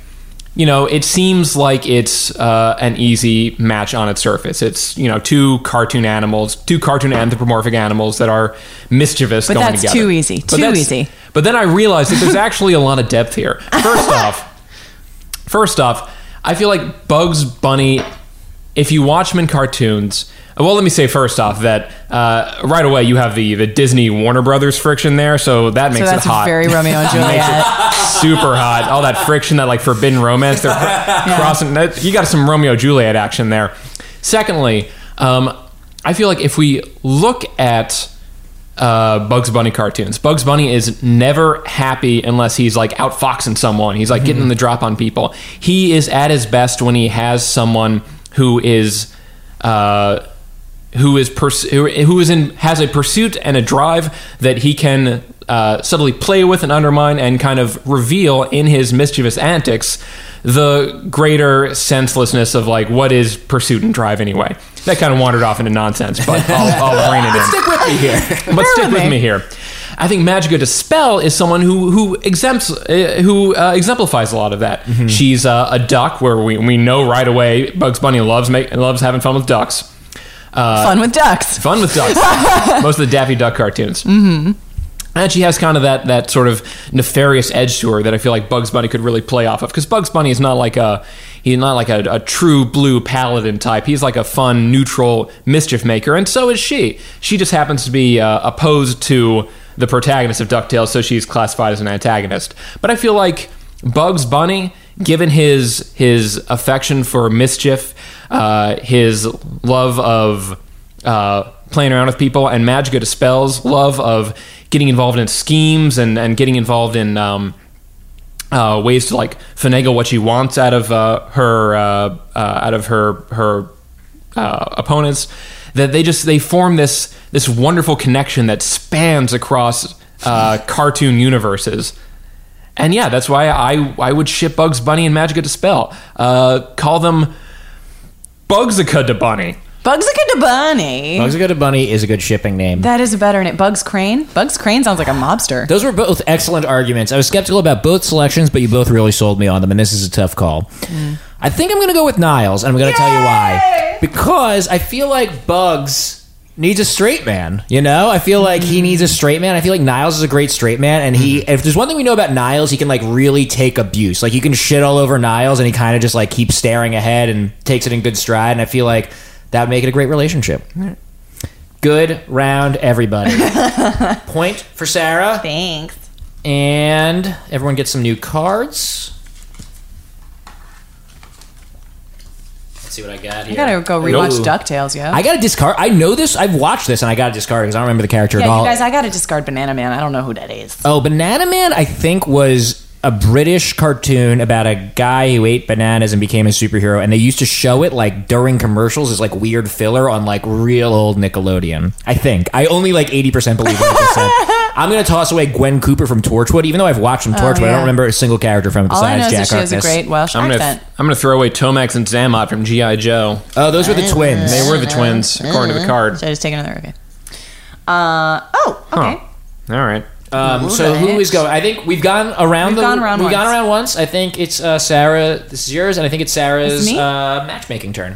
Speaker 2: you know, it seems like it's uh, an easy match on its surface. It's you know two cartoon animals, two cartoon anthropomorphic animals that are mischievous.
Speaker 3: But
Speaker 2: going
Speaker 3: that's
Speaker 2: together.
Speaker 3: too easy. Too easy.
Speaker 2: But then I realized that there's actually a lot of depth here. First off. First off, I feel like Bugs Bunny, if you watch him in cartoons, well, let me say first off that uh, right away you have the, the Disney Warner Brothers friction there, so that
Speaker 3: So
Speaker 2: makes
Speaker 3: that's
Speaker 2: it hot.
Speaker 3: very Romeo and
Speaker 2: Makes
Speaker 3: Juliet.
Speaker 2: it super hot. All that friction, that like forbidden romance, they're crossing. That, you got some Romeo Juliet action there. Secondly, um, I feel like if we look at uh, Bugs Bunny cartoons, Bugs Bunny is never happy unless he's like out foxing someone. He's like getting the drop on people. He is at his best when he has someone who is. Uh, who is pers- who who is in has a pursuit and a drive that he can uh, subtly play with and undermine and kind of reveal in his mischievous antics the greater senselessness of like what is pursuit and drive anyway. That kind of wandered off into nonsense, but I'll, I'll rein it in.
Speaker 1: Stick with me here.
Speaker 2: But stick
Speaker 3: with
Speaker 2: with
Speaker 3: me.
Speaker 2: me here. I think Magica Dispel is someone who who exempts uh, who uh, exemplifies a lot of that.
Speaker 1: Mm-hmm.
Speaker 2: She's uh, a duck, where we, we know right away Bugs Bunny loves make, loves having fun with ducks. Uh,
Speaker 3: Fun with ducks.
Speaker 2: Fun with ducks. Most of the Daffy Duck cartoons. Mm-hmm. And she has kind of that that sort of nefarious edge to her that I feel like Bugs Bunny could really play off of because Bugs Bunny is not like a he's not like a, a true blue paladin type. He's like a fun, neutral mischief maker, and so is she. She just happens to be uh, opposed to the protagonist of Ducktales, so she's classified as an antagonist. But I feel like Bugs Bunny, given his his affection for mischief, uh, his love of uh, playing around with people and Magica dispels love of getting involved in schemes and, and getting involved in um, uh, ways to like finagle what she wants out of uh, her uh, uh, out of her her uh, opponents that they just they form this this wonderful connection that spans across uh, cartoon universes and yeah that's why I I would ship Bugs Bunny and Magica Dispel uh, call them Bugsica de Bunny
Speaker 3: Bugs like a bunny.
Speaker 1: Bugs a Good Bunny is a good shipping name.
Speaker 3: That is a better name. Bugs Crane. Bugs Crane sounds like a mobster.
Speaker 1: Those were both excellent arguments. I was skeptical about both selections, but you both really sold me on them, and this is a tough call. I think I'm going to go with Niles, and I'm going to tell you why. Because I feel like Bugs needs a straight man. You know, I feel like he needs a straight man. I feel like Niles is a great straight man, and he. If there's one thing we know about Niles, he can like really take abuse. Like you can shit all over Niles, and he kind of just like keeps staring ahead and takes it in good stride. And I feel like that would make it a great relationship. Good round, everybody. Point for Sarah.
Speaker 3: Thanks.
Speaker 1: And everyone gets some new cards. Let's see what I got here.
Speaker 3: I gotta go rewatch
Speaker 1: Ooh.
Speaker 3: DuckTales, yo.
Speaker 1: I gotta discard. I know this. I've watched this, and I gotta discard because I don't remember the character
Speaker 3: yeah,
Speaker 1: at all.
Speaker 3: you guys, I gotta discard Banana Man. I don't know who that is.
Speaker 1: oh, Banana Man, I think was a British cartoon about a guy who ate bananas and became a superhero, and they used to show it like during commercials as like weird filler on like real old Nickelodeon. I think I only like eighty percent believe what I just said. I'm gonna toss away Gwen Cooper from Torchwood, even though I've watched from Torchwood. I
Speaker 3: Oh, yeah.
Speaker 1: don't remember a single character from it
Speaker 3: All I know
Speaker 1: besides Jack
Speaker 3: is that she has a
Speaker 1: Harkness.
Speaker 3: great Welsh
Speaker 2: I'm gonna
Speaker 3: accent.
Speaker 2: I'm gonna throw away Tomax and Zammot from GI Joe.
Speaker 1: Oh, those were the twins.
Speaker 2: They were the twins according to the card.
Speaker 3: Should I just take another? Okay. Uh, oh, okay.
Speaker 2: Huh. All right.
Speaker 1: Um, so who is going? I think we've gone around.
Speaker 3: We've
Speaker 1: the,
Speaker 3: gone around
Speaker 1: We've
Speaker 3: once.
Speaker 1: gone around once. I think it's uh, Sarah. This is yours, and I think it's Sarah's
Speaker 3: It's me?
Speaker 1: uh, matchmaking turn.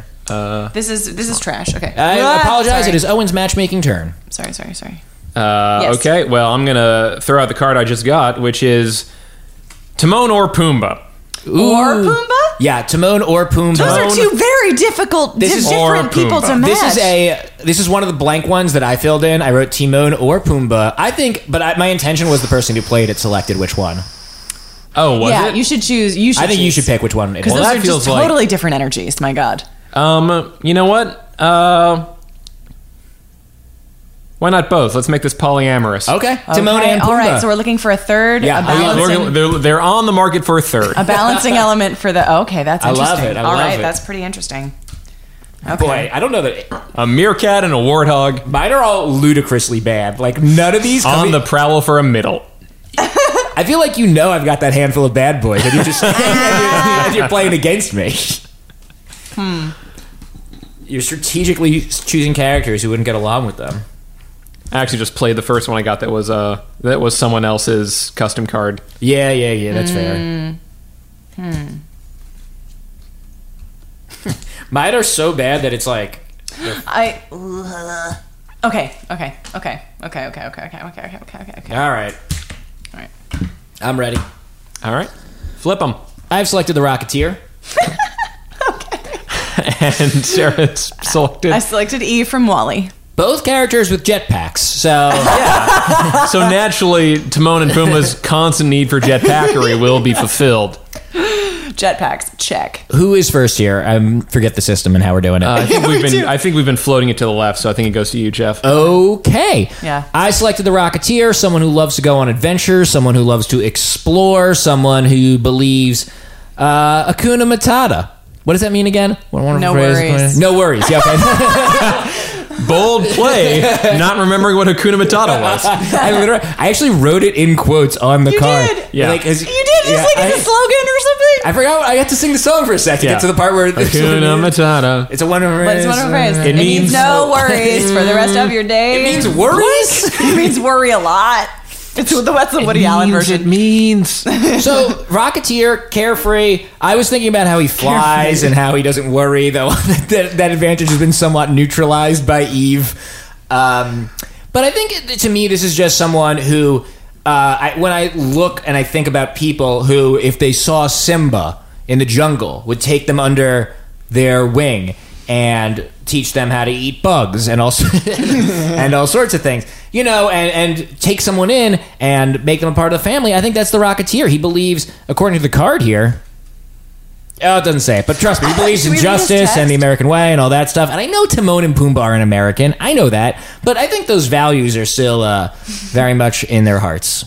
Speaker 3: This is this is trash. Okay.
Speaker 1: I
Speaker 3: Ah,
Speaker 1: apologize. It
Speaker 3: Sorry.
Speaker 1: is Owen's matchmaking turn.
Speaker 3: Sorry, sorry, sorry.
Speaker 2: Uh,
Speaker 3: Yes.
Speaker 2: Okay. Well, I'm gonna throw out the card I just got, which is Timon or Pumbaa.
Speaker 3: Or Pumbaa?
Speaker 1: Yeah, Timon or Pumbaa.
Speaker 3: Those are two very difficult,
Speaker 1: This
Speaker 3: di-
Speaker 1: is-
Speaker 2: Or
Speaker 3: different people to
Speaker 2: Pumbaa.
Speaker 3: match.
Speaker 1: This is a this is one of the blank ones that I filled in. I wrote Timon or Pumbaa. I think, but I, my intention was the person who played it selected which one.
Speaker 2: Oh, was
Speaker 3: yeah,
Speaker 2: it?
Speaker 3: you should choose. You should.
Speaker 1: I think you
Speaker 3: choose.
Speaker 1: should pick which one. it
Speaker 3: because
Speaker 1: was.
Speaker 2: Well,
Speaker 3: those
Speaker 2: that
Speaker 3: are
Speaker 2: feels
Speaker 3: just
Speaker 2: like-
Speaker 3: totally different energies. My God,
Speaker 2: Um, you know what? Uh, why not both? Let's make this polyamorous.
Speaker 1: okay. Timon
Speaker 3: Okay,
Speaker 1: and Pumbaa.
Speaker 3: All right, so we're looking for a third.
Speaker 1: Yeah,
Speaker 3: a
Speaker 1: I
Speaker 2: Yeah,
Speaker 1: love-
Speaker 2: we're
Speaker 3: balancing,
Speaker 2: gonna- they're, they're on the market for a third.
Speaker 3: a balancing element for the. Okay, that's
Speaker 1: I love
Speaker 3: interesting.
Speaker 1: it, I
Speaker 3: All
Speaker 1: love
Speaker 3: right,
Speaker 1: it.
Speaker 3: that's pretty interesting. Okay.
Speaker 1: Boy, I don't know that
Speaker 2: A meerkat and a warthog
Speaker 1: mine are all ludicrously bad. Like none of these. come
Speaker 2: on
Speaker 1: in-
Speaker 2: the prowl for a middle.
Speaker 1: I feel like you know I've got that handful of bad boys, and you're just and you're, and you're playing against me. Hmm. You're strategically choosing characters who wouldn't get along with them.
Speaker 2: I actually just played the first one I got that was uh that was someone else's custom card.
Speaker 1: Yeah, yeah, yeah. That's fair. Hmm. Mine are so bad that it's like
Speaker 3: I. ugh. Okay. Okay. Okay. Okay. Okay. Okay. Okay. Okay. Okay. Okay. Okay. Okay.
Speaker 1: All right.
Speaker 3: All right.
Speaker 1: I'm ready.
Speaker 2: All right, flip them.
Speaker 1: I've selected the Rocketeer.
Speaker 2: And Sarah selected.
Speaker 3: I selected E from Wally.
Speaker 1: Both characters with jetpacks. So,
Speaker 2: So naturally, Timon and Pumbaa's constant need for jetpackery will be fulfilled.
Speaker 3: Jetpacks. Check.
Speaker 1: who is first here? I um, forget the system and how we're doing it.
Speaker 2: I think we've
Speaker 3: we
Speaker 2: been
Speaker 3: do.
Speaker 2: I think we've been floating it to the left, so I think it goes to you, Jeff.
Speaker 1: Uh, okay.
Speaker 3: Yeah.
Speaker 1: I selected the Rocketeer, someone who loves to go on adventures, someone who loves to explore, someone who believes uh, Akuna Matata. What does that mean again? What a wonderful
Speaker 3: No worries.
Speaker 1: No worries. Yeah, okay.
Speaker 2: Bold play, not remembering what Hakuna Matata was.
Speaker 1: I, literally, I actually wrote it in quotes on the card.
Speaker 3: did.
Speaker 2: Yeah.
Speaker 1: Like, 'cause-
Speaker 3: You did
Speaker 1: yeah,
Speaker 3: just like
Speaker 1: I-
Speaker 3: it's a slogan or something.
Speaker 1: I forgot. I had to sing the song for a second.
Speaker 2: Yeah.
Speaker 1: Get to the part where
Speaker 2: Hakuna Matata.
Speaker 1: It's a wonderful
Speaker 3: But it's one of
Speaker 1: uh,
Speaker 3: phrase. It,
Speaker 2: It means-
Speaker 3: means no worries for the rest of your day.
Speaker 1: It means worries.
Speaker 3: it means worry a lot. It's the that's the Woody Allen version.
Speaker 2: means.
Speaker 1: so Rocketeer, carefree. I was thinking about how he flies and how he doesn't worry, though that, that advantage has been somewhat neutralized by Eve. Um, but I think it- to me, this is just someone who, uh, I, when I look and I think about people who, if they saw Simba in the jungle, would take them under their wing and teach them how to eat bugs and all and all sorts of things. You know, and and take someone in and make them a part of the family. I think that's the Rocketeer. He believes, according to the card here. Oh, it doesn't say it, but trust me, he believes in
Speaker 3: Should we read his
Speaker 1: justice and the
Speaker 3: text?
Speaker 1: American way and all that stuff. And I know Timon and Pumbaa are an American. I know that, but I think those values are still uh, very much in their hearts.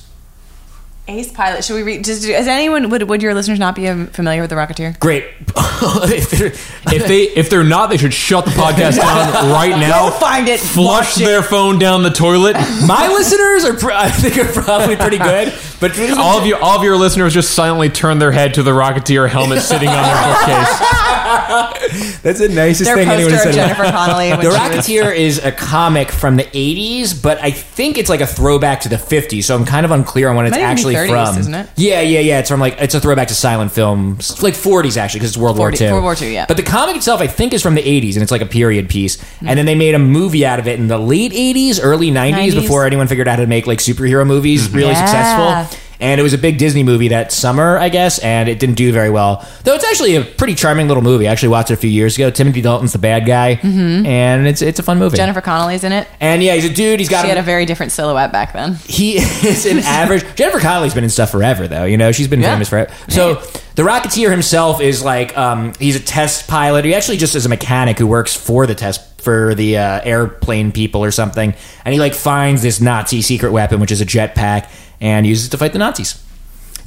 Speaker 3: Ace Pilot. Should we read? Just is anyone would would your listeners not be um, familiar with the Rocketeer?
Speaker 1: Great. if they're-
Speaker 2: If they if they're not, they should shut the podcast down right now.
Speaker 3: Go find it.
Speaker 2: Flush
Speaker 3: Watch it.
Speaker 2: their phone down the toilet.
Speaker 1: My listeners are, pr- I think, are probably pretty good. But
Speaker 2: All of you, all of your listeners, just silently turn their head to the Rocketeer helmet sitting on their bookcase.
Speaker 1: that's the nicest
Speaker 3: Their poster of Jennifer Connelly.
Speaker 1: The Rocketeer is a comic from the '80s, but I think it's like a throwback to the '50s. So I'm kind of unclear on when it's
Speaker 3: Might even
Speaker 1: actually
Speaker 3: be 30s,
Speaker 1: from.
Speaker 3: isn't it?
Speaker 1: Yeah, yeah, yeah. It's from like it's a throwback to silent films, like '40s actually, because it's World
Speaker 3: 40
Speaker 1: War II.
Speaker 3: World War II, yeah.
Speaker 1: But the comic itself, I think, is from the '80s, and it's like a period piece.
Speaker 3: Hmm.
Speaker 1: And then they made a movie out of it in the late '80s, early '90s,
Speaker 3: 90s.
Speaker 1: before anyone figured out how to make like superhero movies really
Speaker 3: Mm-hmm. Yeah.
Speaker 1: successful. And it was a big Disney movie that summer, I guess, and it didn't do very well. Though it's actually a pretty charming little movie. I actually watched it a few years ago. Timothy Dalton's the bad guy, and it's it's a fun movie.
Speaker 3: Mm-hmm. Jennifer Connelly's in it.
Speaker 1: And yeah, he's a dude. He's got
Speaker 3: She
Speaker 1: a-
Speaker 3: had a very different silhouette back then.
Speaker 1: he is an average. Jennifer Connelly's been in stuff forever, though. You know, she's been
Speaker 3: Yeah.
Speaker 1: famous forever. So the Rocketeer himself is like um, he's a test pilot. He actually just is a mechanic who works for the test for the uh, airplane people or something. And he like finds this Nazi secret weapon, which is a jetpack, and uses it to fight the Nazis.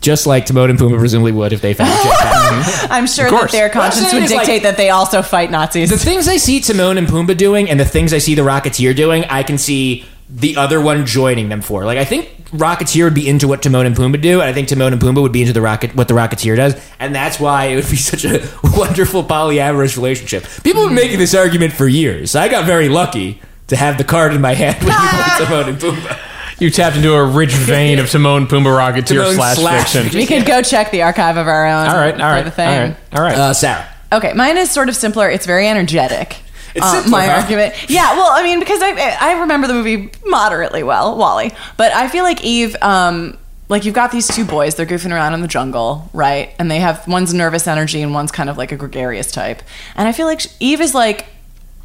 Speaker 1: Just like Timon and Pumbaa presumably would if they found a jetpack.
Speaker 3: I'm sure
Speaker 2: course.
Speaker 3: that their
Speaker 1: I'm
Speaker 3: conscience
Speaker 1: saying
Speaker 3: would
Speaker 1: is, like-
Speaker 3: dictate that they also fight Nazis.
Speaker 1: the things I see Timon and Pumbaa doing, and the things I see the Rocketeer doing, I can see the other one joining them for. Like I think Rocketeer would be into what Timon and Pumbaa do, and I think Timon and Pumbaa would be into the rocket what the Rocketeer does, and that's why it would be such a wonderful polyamorous relationship. People have been making this argument for years. I got very lucky to have the card in my hand when you played Timon and Pumbaa.
Speaker 2: You tapped into a rich vein of Timon Pumbaa Rocketeer
Speaker 1: Timon
Speaker 2: slash,
Speaker 1: slash
Speaker 2: fiction.
Speaker 1: fiction.
Speaker 3: we could go check the archive of our own.
Speaker 2: All right, all
Speaker 3: for
Speaker 2: right,
Speaker 3: The thing.
Speaker 2: all right, all right.
Speaker 1: Uh, Sarah.
Speaker 3: Okay, mine is sort of simpler. It's very energetic. Uh,
Speaker 1: It's simpler,
Speaker 3: my
Speaker 1: huh?
Speaker 3: argument, yeah. Well, I mean, because I I remember the movie moderately well, Wally, but I feel like Eve, um, like you've got these two boys, they're goofing around in the jungle, right? And they have one's nervous energy and one's kind of like a gregarious type. And I feel like Eve is like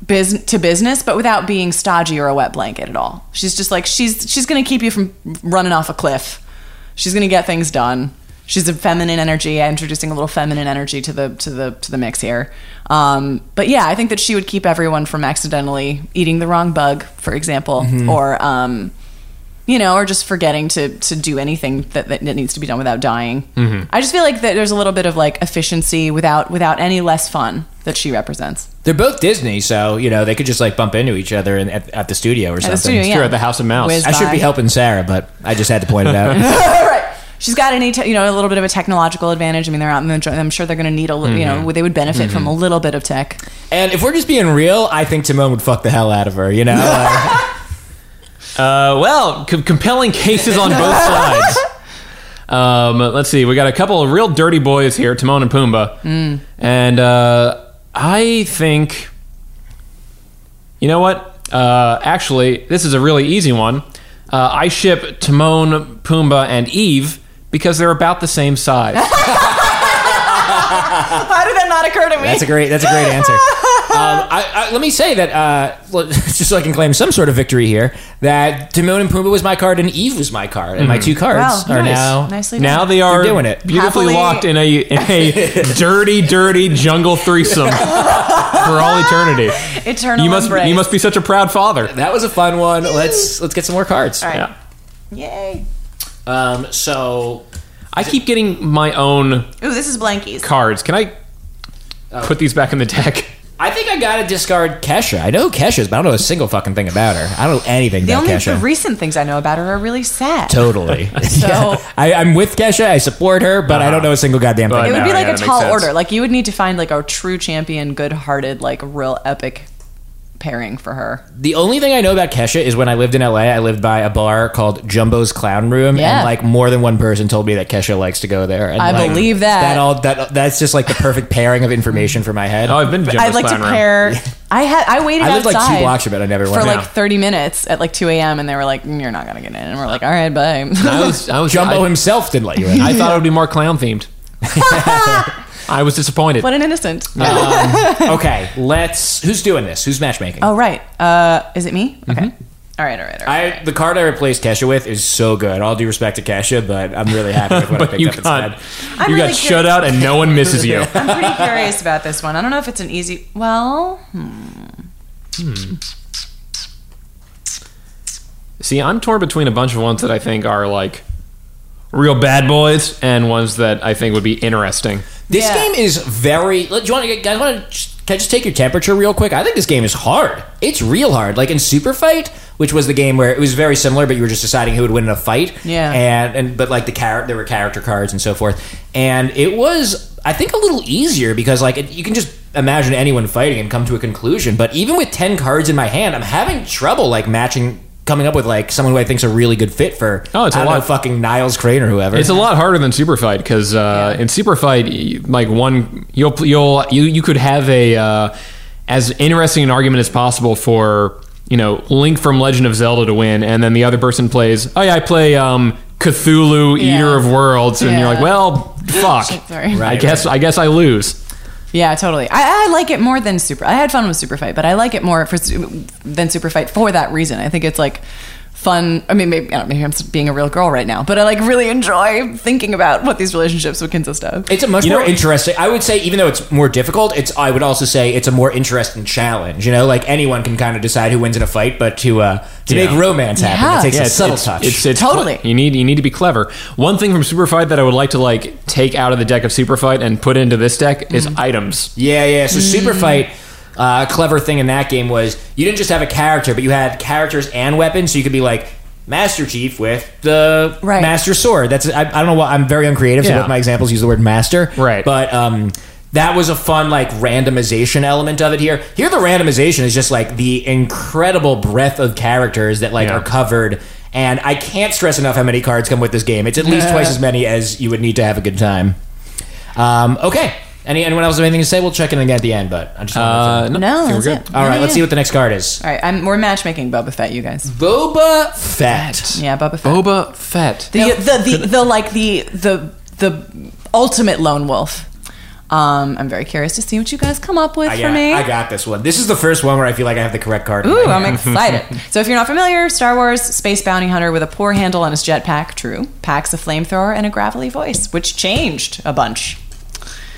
Speaker 3: bus to business, but without being stodgy or a wet blanket at all. She's just like she's she's gonna keep you from running off a cliff. She's gonna get things done. she's a feminine energy, introducing a little feminine energy to the to the to the mix here. Um, but yeah, I think that she would keep everyone from accidentally eating the wrong bug, for example, or um, you know, or just forgetting to to do anything that, that needs to be done without dying. I just feel like that there's a little bit of like efficiency without without any less fun that she represents.
Speaker 1: They're both Disney, so you know they could just like bump into each other in, at, at the studio or
Speaker 3: At
Speaker 1: something.
Speaker 3: the studio, yeah.
Speaker 2: Sure, at the House of Mouse.
Speaker 3: Whiz
Speaker 1: I should be
Speaker 3: by.
Speaker 1: helping Sarah, but I just had to point it out.
Speaker 3: right. She's got any, te- you know, a little bit of a technological advantage. I mean, they're out in the. dr- I'm sure they're going to need a, li- you know, they would benefit from a little bit of tech.
Speaker 1: and if we're just being real, I think Timon would fuck the hell out of her. You know, Uh,
Speaker 2: Uh, well, com- compelling cases on both sides. Um, let's see. We got a couple of real dirty boys here, Timon and Pumbaa,
Speaker 1: Hmm.
Speaker 2: and uh, I think you know what? Uh, actually, this is a really easy one. Uh, I ship Timon, Pumbaa, and Eve because they're about the same size.
Speaker 3: How did that not occur to me?
Speaker 1: that's a great that's a great answer. Um, I, I, let me say that uh, well, just so I can claim some sort of victory here. That Timon and Pumbaa was my card, and Eve was my card, and
Speaker 2: Mm.
Speaker 1: my two cards
Speaker 3: Wow,
Speaker 1: are
Speaker 3: nice.
Speaker 1: now
Speaker 3: Nicely
Speaker 2: now
Speaker 3: done.
Speaker 2: they are
Speaker 1: They're doing it.
Speaker 2: beautifully
Speaker 3: Happily-
Speaker 2: locked in a in a dirty, dirty jungle threesome for all eternity.
Speaker 3: Eternal
Speaker 2: You must
Speaker 3: embrace.
Speaker 2: you must be such a proud father.
Speaker 1: That was a fun one. Let's let's get some more cards.
Speaker 3: All right.
Speaker 2: Yeah.
Speaker 3: Yay.
Speaker 1: Um, so
Speaker 2: I keep getting my own
Speaker 3: Ooh, this is blankies.
Speaker 2: cards. Can I
Speaker 1: Oh.
Speaker 2: put these back in the deck?
Speaker 1: I think I gotta discard Kesha. I know who Kesha is, but I don't know a single fucking thing about her. I don't know anything
Speaker 3: the
Speaker 1: about
Speaker 3: only
Speaker 1: Kesha.
Speaker 3: the recent things I know about her are really sad.
Speaker 1: totally.
Speaker 3: So-
Speaker 1: Yeah. I, I'm with Kesha. I support her, but I don't know a single goddamn thing.
Speaker 2: Uh-huh. But-
Speaker 3: it would
Speaker 2: No,
Speaker 3: be
Speaker 2: yeah,
Speaker 3: like a
Speaker 2: that makes
Speaker 3: tall
Speaker 2: sense.
Speaker 3: order. Like you would need to find like a true champion, good-hearted, like real epic pairing for her.
Speaker 1: The only thing I know about Kesha is when I lived in LA, I lived by a bar called Jumbo's Clown Room,
Speaker 3: Yeah.
Speaker 1: and like more than one person told me that Kesha likes to go there. And,
Speaker 3: I
Speaker 1: like,
Speaker 3: believe that.
Speaker 1: That all that that's just like the perfect pairing of information for my head.
Speaker 2: Oh, I've been. to Jumbo's
Speaker 3: I'd like to
Speaker 2: Clown Room.
Speaker 3: pair. I had I waited
Speaker 1: I lived
Speaker 3: outside
Speaker 1: like two blocks from it. I never
Speaker 3: for
Speaker 1: went.
Speaker 3: like
Speaker 2: Yeah.
Speaker 3: 30 minutes at like 2 a.m. and they were like, "Mm, "You're not gonna get in," and we're like, "All right, bye."
Speaker 2: I was. I was.
Speaker 1: Jumbo
Speaker 2: I,
Speaker 1: himself didn't let you in.
Speaker 2: I thought it would be more clown themed. I was disappointed.
Speaker 3: what an innocent.
Speaker 1: okay, let's. Who's doing this? Who's matchmaking?
Speaker 3: Oh right. Uh, is it me?
Speaker 1: Mm-hmm.
Speaker 3: Okay. All right. All right. All right.
Speaker 1: I the card I replaced Kesha with is so good. All due respect to Kesha, but I'm really happy with what I
Speaker 2: but
Speaker 1: picked
Speaker 2: you
Speaker 1: up
Speaker 2: got
Speaker 1: instead.
Speaker 3: I'm
Speaker 2: you
Speaker 3: really
Speaker 2: got shut
Speaker 3: curious.
Speaker 2: out, and no one misses you.
Speaker 3: I'm pretty curious about this one. I don't know if it's an easy. Well,
Speaker 2: See, I'm torn between a bunch of ones that I think are like real bad boys and ones that I think would be interesting.
Speaker 1: This
Speaker 3: Yeah.
Speaker 1: game is very. Do you want to guys want to? Can I just take your temperature real quick? I think this game is hard. It's real hard. Like in Super Fight, which was the game where it was very similar, but you were just deciding who would win in a fight.
Speaker 3: Yeah.
Speaker 1: And and but like the character, there were character cards and so forth, and it was I think a little easier because like it, you can just imagine anyone fighting and come to a conclusion. But even with ten cards in my hand, I'm having trouble like matching. Coming up with like someone who I think's a really good fit for
Speaker 2: Oh, it's a
Speaker 1: I don't
Speaker 2: lot.
Speaker 1: know, fucking Niles Crane or whoever.
Speaker 2: It's a lot harder than Super Fight because uh,
Speaker 3: Yeah.
Speaker 2: in Super Fight, y- like one, you'll you'll you you could have a uh, as interesting an argument as possible for you know Link from Legend of Zelda to win, and then the other person plays, oh yeah, I play um, Cthulhu,
Speaker 3: Yeah.
Speaker 2: Eater of Worlds, and you're
Speaker 3: Yeah.
Speaker 2: like, well, fuck,
Speaker 3: Sorry.
Speaker 2: I
Speaker 1: Right,
Speaker 2: guess I guess I lose.
Speaker 3: yeah, totally. I, I like it more than Super. I had fun with Super Fight, but I like it more for Su- than Super Fight for that reason. I think it's like fun. I mean, maybe, I don't, maybe I'm being a real girl right now, but I like really enjoy thinking about what these relationships would consist of.
Speaker 1: It's a much
Speaker 2: You know-
Speaker 1: more interesting. I would say, even though it's more difficult, it's. I would also say it's a more interesting challenge. You know, like anyone can kind of decide who wins in a fight, but to uh, to
Speaker 2: Yeah.
Speaker 1: make romance happen,
Speaker 3: Yeah.
Speaker 1: it takes
Speaker 3: Yeah,
Speaker 1: a
Speaker 2: it's-
Speaker 1: subtle
Speaker 2: it's-
Speaker 1: touch.
Speaker 2: It's, it's
Speaker 3: Totally.
Speaker 2: You need you need to be clever. One thing from Super Fight that I would like to like take out of the deck of Super Fight and put into this deck is items.
Speaker 1: yeah, yeah.
Speaker 2: Mm.
Speaker 1: So super fight. Uh, a clever thing in that game was you didn't just have a character, but you had characters and weapons. So you could be like Master Chief with the
Speaker 3: Right.
Speaker 1: Master Sword. That's I, I don't know why I'm very uncreative. So
Speaker 2: Yeah.
Speaker 1: both my examples use the word master.
Speaker 2: Right.
Speaker 1: But um, that was a fun like randomization element of it here. Here, the randomization is just like the incredible breadth of characters that like
Speaker 2: Yeah.
Speaker 1: are covered. And I can't stress enough how many cards come with this game. It's at least twice as many as you would need to have a good time. Um, okay. Any, anyone else have anything to say? We'll check in again at the end, but I just
Speaker 2: Uh,
Speaker 1: want
Speaker 2: no,
Speaker 3: No,
Speaker 2: I think we're
Speaker 3: Oh, that's
Speaker 2: good.
Speaker 3: it.
Speaker 1: All right, let's see
Speaker 3: Yeah.
Speaker 1: what the next card is.
Speaker 3: All right, I'm, we're matchmaking Boba Fett, you guys.
Speaker 1: Boba Fett.
Speaker 3: Yeah, Boba Fett.
Speaker 2: Boba Fett.
Speaker 3: the, the, the, the like the the the ultimate lone wolf. Um, I'm very curious to see what you guys come up with
Speaker 4: I
Speaker 3: for
Speaker 4: got,
Speaker 3: me.
Speaker 4: I got this one. This is the first one where I feel like I have the correct card. in my
Speaker 3: Ooh,
Speaker 4: hand.
Speaker 3: I'm excited. so, if you're not familiar, Star Wars space bounty hunter with a poor handle on his jetpack, True, packs a flamethrower and a gravelly voice, which changed a bunch.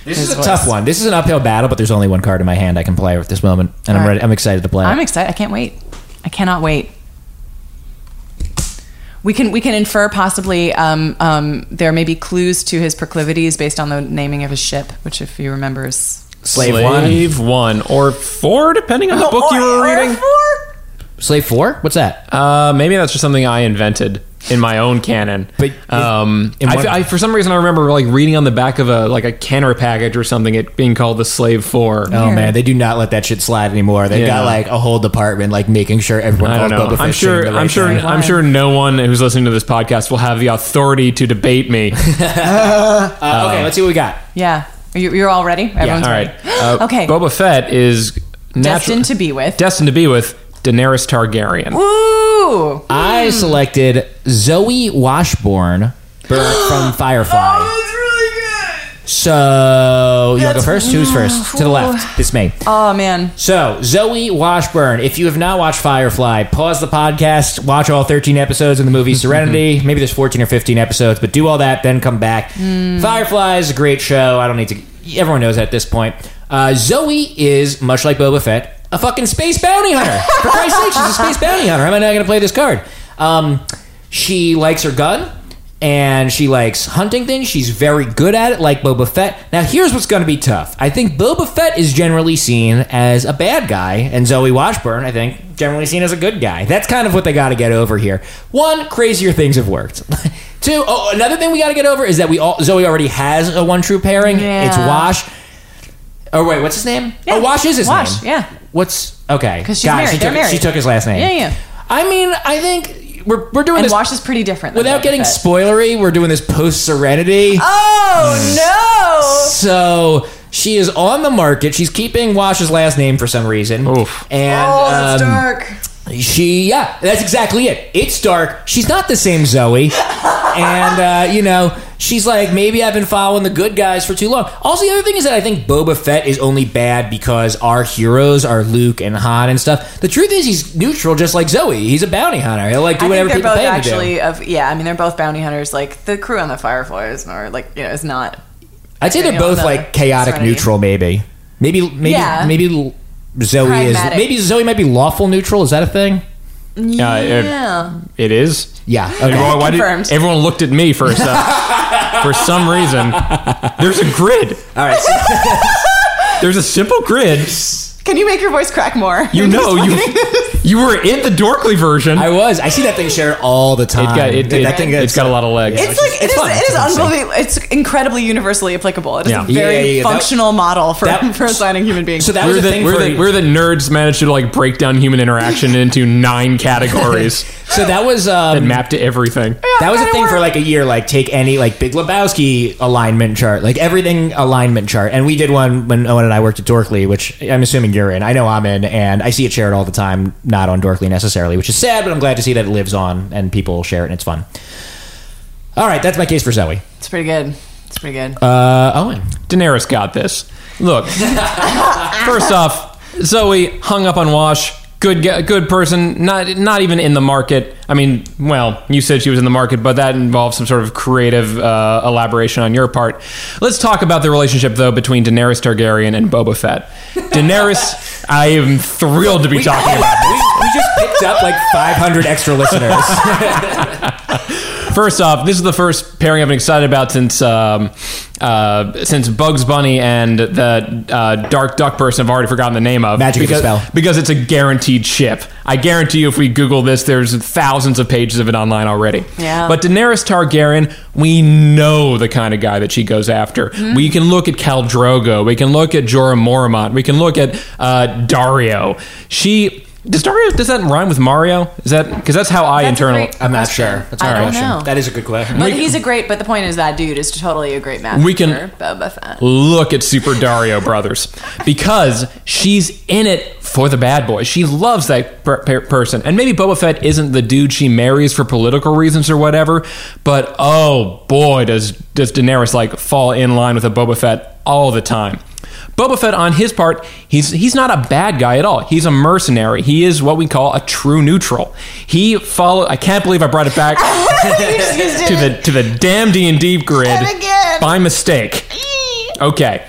Speaker 1: This is a
Speaker 3: voice.
Speaker 1: tough one. This is an uphill battle, but there's only one card in my hand I can play with this moment, and I'm
Speaker 3: All right.
Speaker 1: ready. I'm excited to play.
Speaker 3: I'm
Speaker 1: it.
Speaker 3: excited. I can't wait. I cannot wait. We can we can infer possibly um, um, there may be clues to his proclivities based on the naming of his ship, which, if you remember, is
Speaker 1: Slave
Speaker 2: Slave one or four, depending on the book you were reading.
Speaker 1: Slave four? What's that?
Speaker 2: Uh, maybe that's just something I invented in my own canon.
Speaker 1: But-
Speaker 2: um,
Speaker 1: in
Speaker 2: I-
Speaker 1: what-
Speaker 2: I- for some reason, I remember like reading on the back of a like a canner package or something, it being called the Slave Four.
Speaker 1: Oh man, they do not let that shit slide anymore. They have
Speaker 2: Yeah.
Speaker 1: got like a whole department like making sure everyone
Speaker 2: I
Speaker 1: calls
Speaker 2: don't know.
Speaker 1: Boba Fett
Speaker 2: I'm sure.
Speaker 1: Shane the
Speaker 2: I'm
Speaker 1: right
Speaker 2: sure.
Speaker 1: name.
Speaker 2: I'm sure. No one who's listening to this podcast will have the authority to debate me.
Speaker 1: Uh, okay, let's see what we got.
Speaker 3: yeah. Are you, you're all ready. Everyone's
Speaker 2: All right.
Speaker 3: ready.
Speaker 2: Uh,
Speaker 3: Okay.
Speaker 2: Boba Fett is natural-
Speaker 3: Destined to be with.
Speaker 2: destined to be with Daenerys Targaryen. Uh,
Speaker 3: Ooh.
Speaker 1: I selected Zoe Washborn Bert from Firefly.
Speaker 3: that's really good.
Speaker 1: So you want to go first? Who's first? To the left. It's me.
Speaker 3: Oh man.
Speaker 1: So, Zoe Washburn, if you have not watched Firefly, pause the podcast, watch all 13 episodes in the movie Serenity. Maybe there's 14 or 15 episodes, but do all that, then come back. Firefly is a great show. I don't need to. Everyone knows that at this point. Uh, Zoe is, much like Boba Fett, a fucking space bounty hunter. For Christ's sake, she's a space bounty hunter. How am I not going to play this card? Um, she likes her gun and she likes hunting things. She's very good at it, like Boba Fett. Now, here's what's going to be tough. I think Boba Fett is generally seen as a bad guy, and Zoe Washburn, I think, generally seen as a good guy. That's kind of what they got to get over here. One, crazier things have worked. Two, oh, another thing we got to get over is that we all Zoe already has a one true pairing.
Speaker 3: Yeah.
Speaker 1: It's Wash. Oh wait, what's his name?
Speaker 3: Yeah.
Speaker 1: Oh, Wash is his
Speaker 3: Wash,
Speaker 1: name.
Speaker 3: yeah.
Speaker 1: What's okay?
Speaker 3: 'Cause she's
Speaker 1: God,
Speaker 3: married.
Speaker 1: She
Speaker 3: They're
Speaker 1: took,
Speaker 3: married.
Speaker 1: She took his last name.
Speaker 3: Yeah, yeah.
Speaker 1: I mean, I think we're we're doing
Speaker 3: And
Speaker 1: this
Speaker 3: Wash is pretty different. than
Speaker 1: without
Speaker 3: Boba
Speaker 1: getting
Speaker 3: Fett.
Speaker 1: spoilery, we're doing this post Serenity. Mm.
Speaker 3: Oh
Speaker 1: So she is on the market. She's keeping Wash's last name for some reason.
Speaker 2: Oof.
Speaker 3: no!
Speaker 1: And
Speaker 3: Oh, that's
Speaker 1: um,
Speaker 3: dark.
Speaker 1: she, yeah, that's exactly it. It's dark. She's not the same Zoe. and, uh, you know, she's like, maybe I've been following the good guys for too long. Also, the other thing is that I think Boba Fett is only bad because our heroes are Luke and Han and stuff. The truth is, he's neutral just like Zoe. He's a bounty hunter. He'll, like, do
Speaker 3: I think
Speaker 1: whatever
Speaker 3: they're
Speaker 1: people
Speaker 3: both
Speaker 1: pay him to do.
Speaker 3: actually of yeah. I mean, they're both bounty hunters. Like the crew on the Firefly is more like you know is not.
Speaker 1: I'd say they're
Speaker 3: Daniel,
Speaker 1: both
Speaker 3: the
Speaker 1: like chaotic
Speaker 3: Serenity.
Speaker 1: neutral, maybe. Maybe maybe
Speaker 3: Yeah.
Speaker 1: maybe l- Zoe
Speaker 3: Pragmatic.
Speaker 1: is maybe Zoe might be lawful neutral. Is that a thing?
Speaker 2: Yeah, it- it is.
Speaker 1: Yeah. okay.
Speaker 2: Why- why did-
Speaker 3: Confirmed.
Speaker 2: everyone looked at me for a sec- for some reason. There's a grid.
Speaker 1: All right. So,
Speaker 2: There's a simple grid.
Speaker 3: Can you make your voice crack more?
Speaker 2: You know you you were in the Dorkly version.
Speaker 1: I was. I see that thing shared all the time.
Speaker 2: it got, it,
Speaker 1: that
Speaker 2: it-
Speaker 1: thing
Speaker 2: it's got a lot of legs.
Speaker 3: It's like
Speaker 1: it's
Speaker 3: it's
Speaker 1: fun.
Speaker 3: it is
Speaker 1: It's fun.
Speaker 3: unbelievable. It's incredibly universally applicable. It is
Speaker 2: Yeah.
Speaker 3: a very
Speaker 1: Yeah, yeah, yeah, that-
Speaker 3: functional model for
Speaker 1: that-
Speaker 3: for assigning human beings.
Speaker 1: So that
Speaker 2: we're
Speaker 1: was a
Speaker 2: the,
Speaker 1: thing
Speaker 2: we're,
Speaker 1: for
Speaker 2: the, we're the nerds managed to like break down human interaction into nine categories
Speaker 1: So that was um
Speaker 2: and map to everything.
Speaker 1: that was a
Speaker 3: Kinda
Speaker 1: thing for
Speaker 3: work.
Speaker 1: like a year like take any like Big Lebowski alignment chart, like everything alignment chart. And we did one when Owen and I worked at Dorkly, which I'm assuming you're in. I know I'm in and I see it shared all the time, not on Dorkly necessarily, which is sad, but I'm glad to see that it lives on and people share it and it's fun. All right, that's my case for Zoe.
Speaker 3: it's pretty good. It's pretty good.
Speaker 1: Uh, Owen.
Speaker 2: Daenerys got this. Look, first off, Zoe hung up on Wash. Good, g- good person. Not, not even in the market. I mean, well, you said she was in the market, but that involves some sort of creative uh, elaboration on your part. Let's talk about the relationship though between Daenerys Targaryen and Boba Fett. Daenerys, I am thrilled to be talking about.
Speaker 1: we, we just picked up like 500 extra listeners.
Speaker 2: First off, this is the first pairing I've been excited about since um, uh, since Bugs Bunny and the uh, Dark Duck person I've already forgotten the name of.
Speaker 1: Magic of the
Speaker 2: because,
Speaker 1: Spell.
Speaker 2: Because it's a guaranteed ship. I guarantee you, if we Google this, there's thousands of pages of it online already.
Speaker 3: Yeah.
Speaker 2: But Daenerys Targaryen, we know the kind of guy that she goes after.
Speaker 3: Mm-hmm.
Speaker 2: We can look at Khal Drogo. We can look at Jorah Mormont. We can look at uh, Dario. She. Does Dario does that rhyme with Mario? Is that because that's how I
Speaker 3: That's a
Speaker 2: internal
Speaker 3: great
Speaker 1: I'm not
Speaker 3: question.
Speaker 1: sure. That's
Speaker 3: I
Speaker 1: a
Speaker 3: don't
Speaker 1: question.
Speaker 3: know.
Speaker 1: That is a good question.
Speaker 3: but he's a great. But the point is that dude is totally a great match.
Speaker 2: We can-
Speaker 3: for Boba Fett.
Speaker 2: look at Super Dario Brothers because she's in it for the bad boy. She loves that per- per- person. And maybe Boba Fett isn't the dude she marries for political reasons or whatever, but oh boy, does, does Daenerys like fall in line with a Boba Fett all the time. Boba Fett, on his part, he's he's not a bad guy at all. He's a mercenary. He is what we call a true neutral. He follow. I can't believe I brought it back to the to the damn D and D grid
Speaker 3: again.
Speaker 2: by mistake. Okay.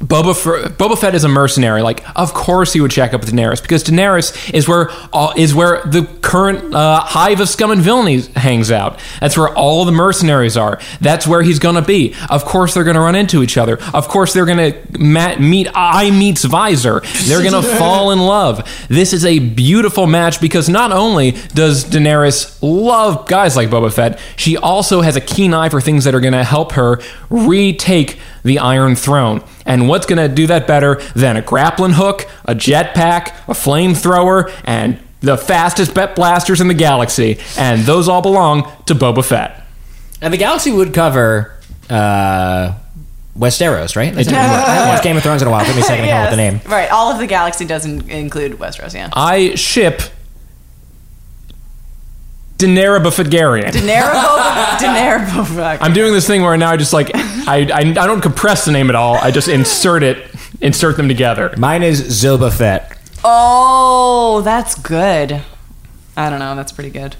Speaker 2: Boba, F- Boba Fett is a mercenary. Like, of course he would check up with Daenerys because Daenerys is where all, is where the current uh, hive of scum and villainy hangs out. That's where all the mercenaries are. That's where he's gonna be. Of course they're gonna run into each other. Of course they're gonna ma- meet I meets Visor. They're gonna fall in love. This is a beautiful match because not only does Daenerys love guys like Boba Fett, she also has a keen eye for things that are gonna help her retake the Iron Throne. And what's going to do that better than a grappling hook, a jetpack, a flamethrower, and the fastest bet blasters in the galaxy? And those all belong to Boba Fett.
Speaker 1: And the galaxy would cover uh, Westeros, right? That's how it works. I haven't watched Game of Thrones in a while. Give me a second to come up with the name.
Speaker 3: Right. All of the galaxy doesn't include Westeros. Yeah.
Speaker 2: I ship Daenerys Bafagarian.
Speaker 3: Daenerys Boba. Daenerys Boba.
Speaker 2: I'm doing this thing where now I just like I, I, I don't compress the name at all. I just insert it, insert them together.
Speaker 1: Mine is Zoba Fett.
Speaker 3: Oh, that's good. I don't know. That's pretty good.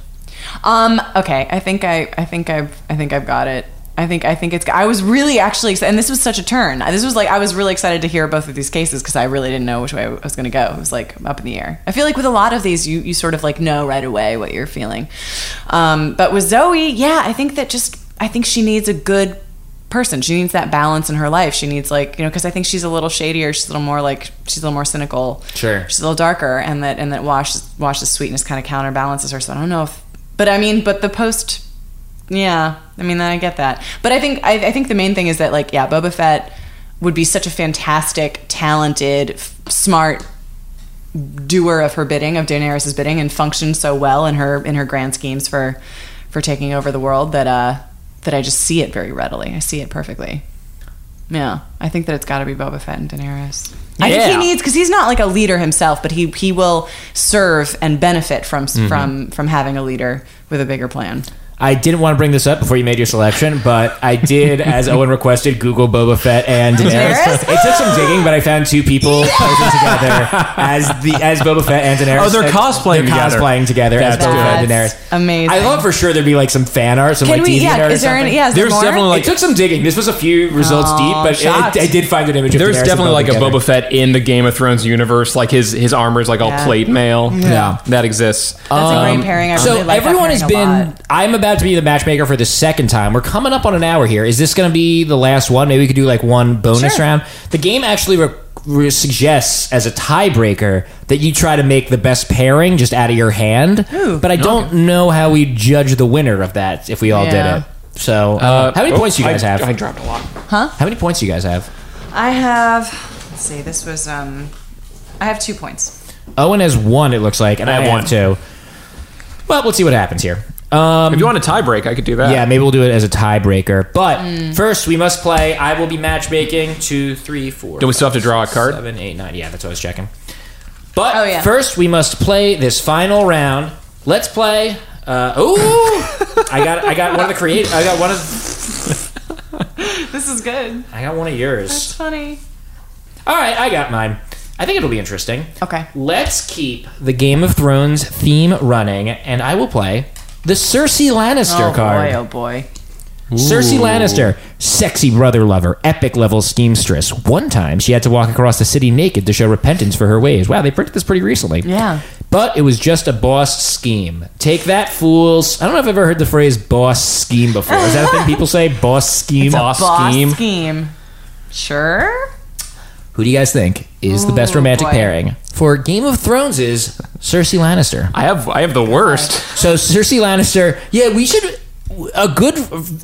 Speaker 3: Um. Okay. I think I. I think I've. I think I've got it. I think. I think it's. I was really actually. exci- And this was such a turn. This was like. I was really excited to hear both of these cases because I really didn't know which way I was going to go. It was like up in the air. I feel like with a lot of these, you you sort of like know right away what you're feeling. Um. But with Zoe, yeah, I think that just. I think she needs a good person. She needs that balance in her life. She needs like you know because I think she's a little shadier. She's a little more like she's a little more cynical.
Speaker 1: Sure.
Speaker 3: she's a little darker, and that and that Wash Wash's sweetness kind of counterbalances her. So I don't know if, but I mean, but the post, yeah, I mean, I get that. But I think I, I think the main thing is that like yeah, Boba Fett would be such a fantastic, talented, f- smart doer of her bidding, of Daenerys's bidding, and functioned so well in her in her grand schemes for for taking over the world that uh that I just see it very readily. I see it perfectly. Yeah, I think that it's got to be Boba Fett and Daenerys. I think
Speaker 2: Yeah.
Speaker 3: he needs because he's not like a leader himself, but he he will serve and benefit from from from having a leader with a bigger plan.
Speaker 1: I didn't want to bring this up before you made your selection, but I did, as Owen requested, Google Boba Fett and Daenerys.
Speaker 3: Daenerys?
Speaker 1: It took some digging, but I found two people posing together as the as Boba Fett and Daenerys.
Speaker 2: Oh, they're
Speaker 1: And
Speaker 2: cosplaying
Speaker 1: They're
Speaker 2: together.
Speaker 1: cosplaying together
Speaker 2: That's
Speaker 1: as Boba Fett and
Speaker 3: That's
Speaker 1: Daenerys.
Speaker 3: amazing.
Speaker 1: I love for sure there'd be like some fan art, some
Speaker 3: Can
Speaker 1: like
Speaker 3: we?
Speaker 1: deviant
Speaker 3: Yeah,
Speaker 1: art. or
Speaker 3: is there
Speaker 1: something.
Speaker 3: any? Yeah, is there
Speaker 2: There's
Speaker 3: more?
Speaker 2: definitely, like-
Speaker 1: it took some digging. This was a few results
Speaker 3: Oh,
Speaker 1: deep, but
Speaker 3: shocked.
Speaker 1: it, I did find an image. Of
Speaker 2: There's
Speaker 1: Daenerys and
Speaker 2: definitely
Speaker 1: Boba
Speaker 2: like a
Speaker 1: together.
Speaker 2: Boba Fett in the Game of Thrones universe. Like his his armor is like all
Speaker 3: Yeah.
Speaker 2: plate mail.
Speaker 1: Yeah. Uh,
Speaker 2: that exists.
Speaker 3: That's a great pairing. I really
Speaker 1: Um, so
Speaker 3: like that
Speaker 1: everyone has
Speaker 3: pairing a
Speaker 1: been.
Speaker 3: lot.
Speaker 1: I'm about to be the matchmaker for the second time. We're coming up on an hour here. Is this going to be the last one? Maybe we could do like one bonus
Speaker 3: Sure.
Speaker 1: round. The game actually re- re- suggests as a tiebreaker that you try to make the best pairing just out of your hand. but I don't know how we judge the winner of that if we all
Speaker 3: Yeah.
Speaker 1: did it. So uh, how many
Speaker 2: oh,
Speaker 1: points do you guys
Speaker 2: I-
Speaker 1: have?
Speaker 2: I dropped a lot.
Speaker 1: how many points do you guys have?
Speaker 3: I have. Let's see, this was um, I have two points.
Speaker 1: Owen has one. It looks like, and I,
Speaker 2: have
Speaker 1: have
Speaker 2: one.
Speaker 1: two. Well, we'll see what happens here. Um,
Speaker 2: If you want a tiebreak, I could do that.
Speaker 1: Yeah, maybe we'll do it as a tiebreaker. But first, we must play. I will be matchmaking. Two, three, four.
Speaker 2: Do we still have to
Speaker 1: five,
Speaker 2: draw a
Speaker 1: six,
Speaker 2: card?
Speaker 1: Seven, eight, nine. Yeah, that's what I was checking. But
Speaker 3: Oh, yeah.
Speaker 1: first, we must play this final round. Let's play. Uh, oh, I got I got one of the create. I got one of
Speaker 3: This is good.
Speaker 1: I got one of yours.
Speaker 3: Funny.
Speaker 1: All right, I got mine. I think it'll be interesting.
Speaker 3: Okay.
Speaker 1: Let's keep the Game of Thrones theme running, and I will play the Cersei Lannister
Speaker 3: oh
Speaker 1: card.
Speaker 3: boy! Oh boy!
Speaker 1: Cersei Lannister, sexy brother lover, epic level schemstress. One time she had to walk across the city naked to show repentance for her ways. Wow, they printed this pretty recently.
Speaker 3: Yeah.
Speaker 1: But it was just a boss scheme. Take that, fools. I don't know if I've ever heard the phrase boss scheme before. Is that a thing people say? Boss scheme? boss
Speaker 3: Boss scheme. Sure.
Speaker 1: Who do you guys think is the best
Speaker 3: Ooh,
Speaker 1: romantic
Speaker 3: boy.
Speaker 1: pairing for Game of Thrones is Cersei Lannister.
Speaker 2: I have I have the worst.
Speaker 1: So Cersei Lannister, yeah, we should. A good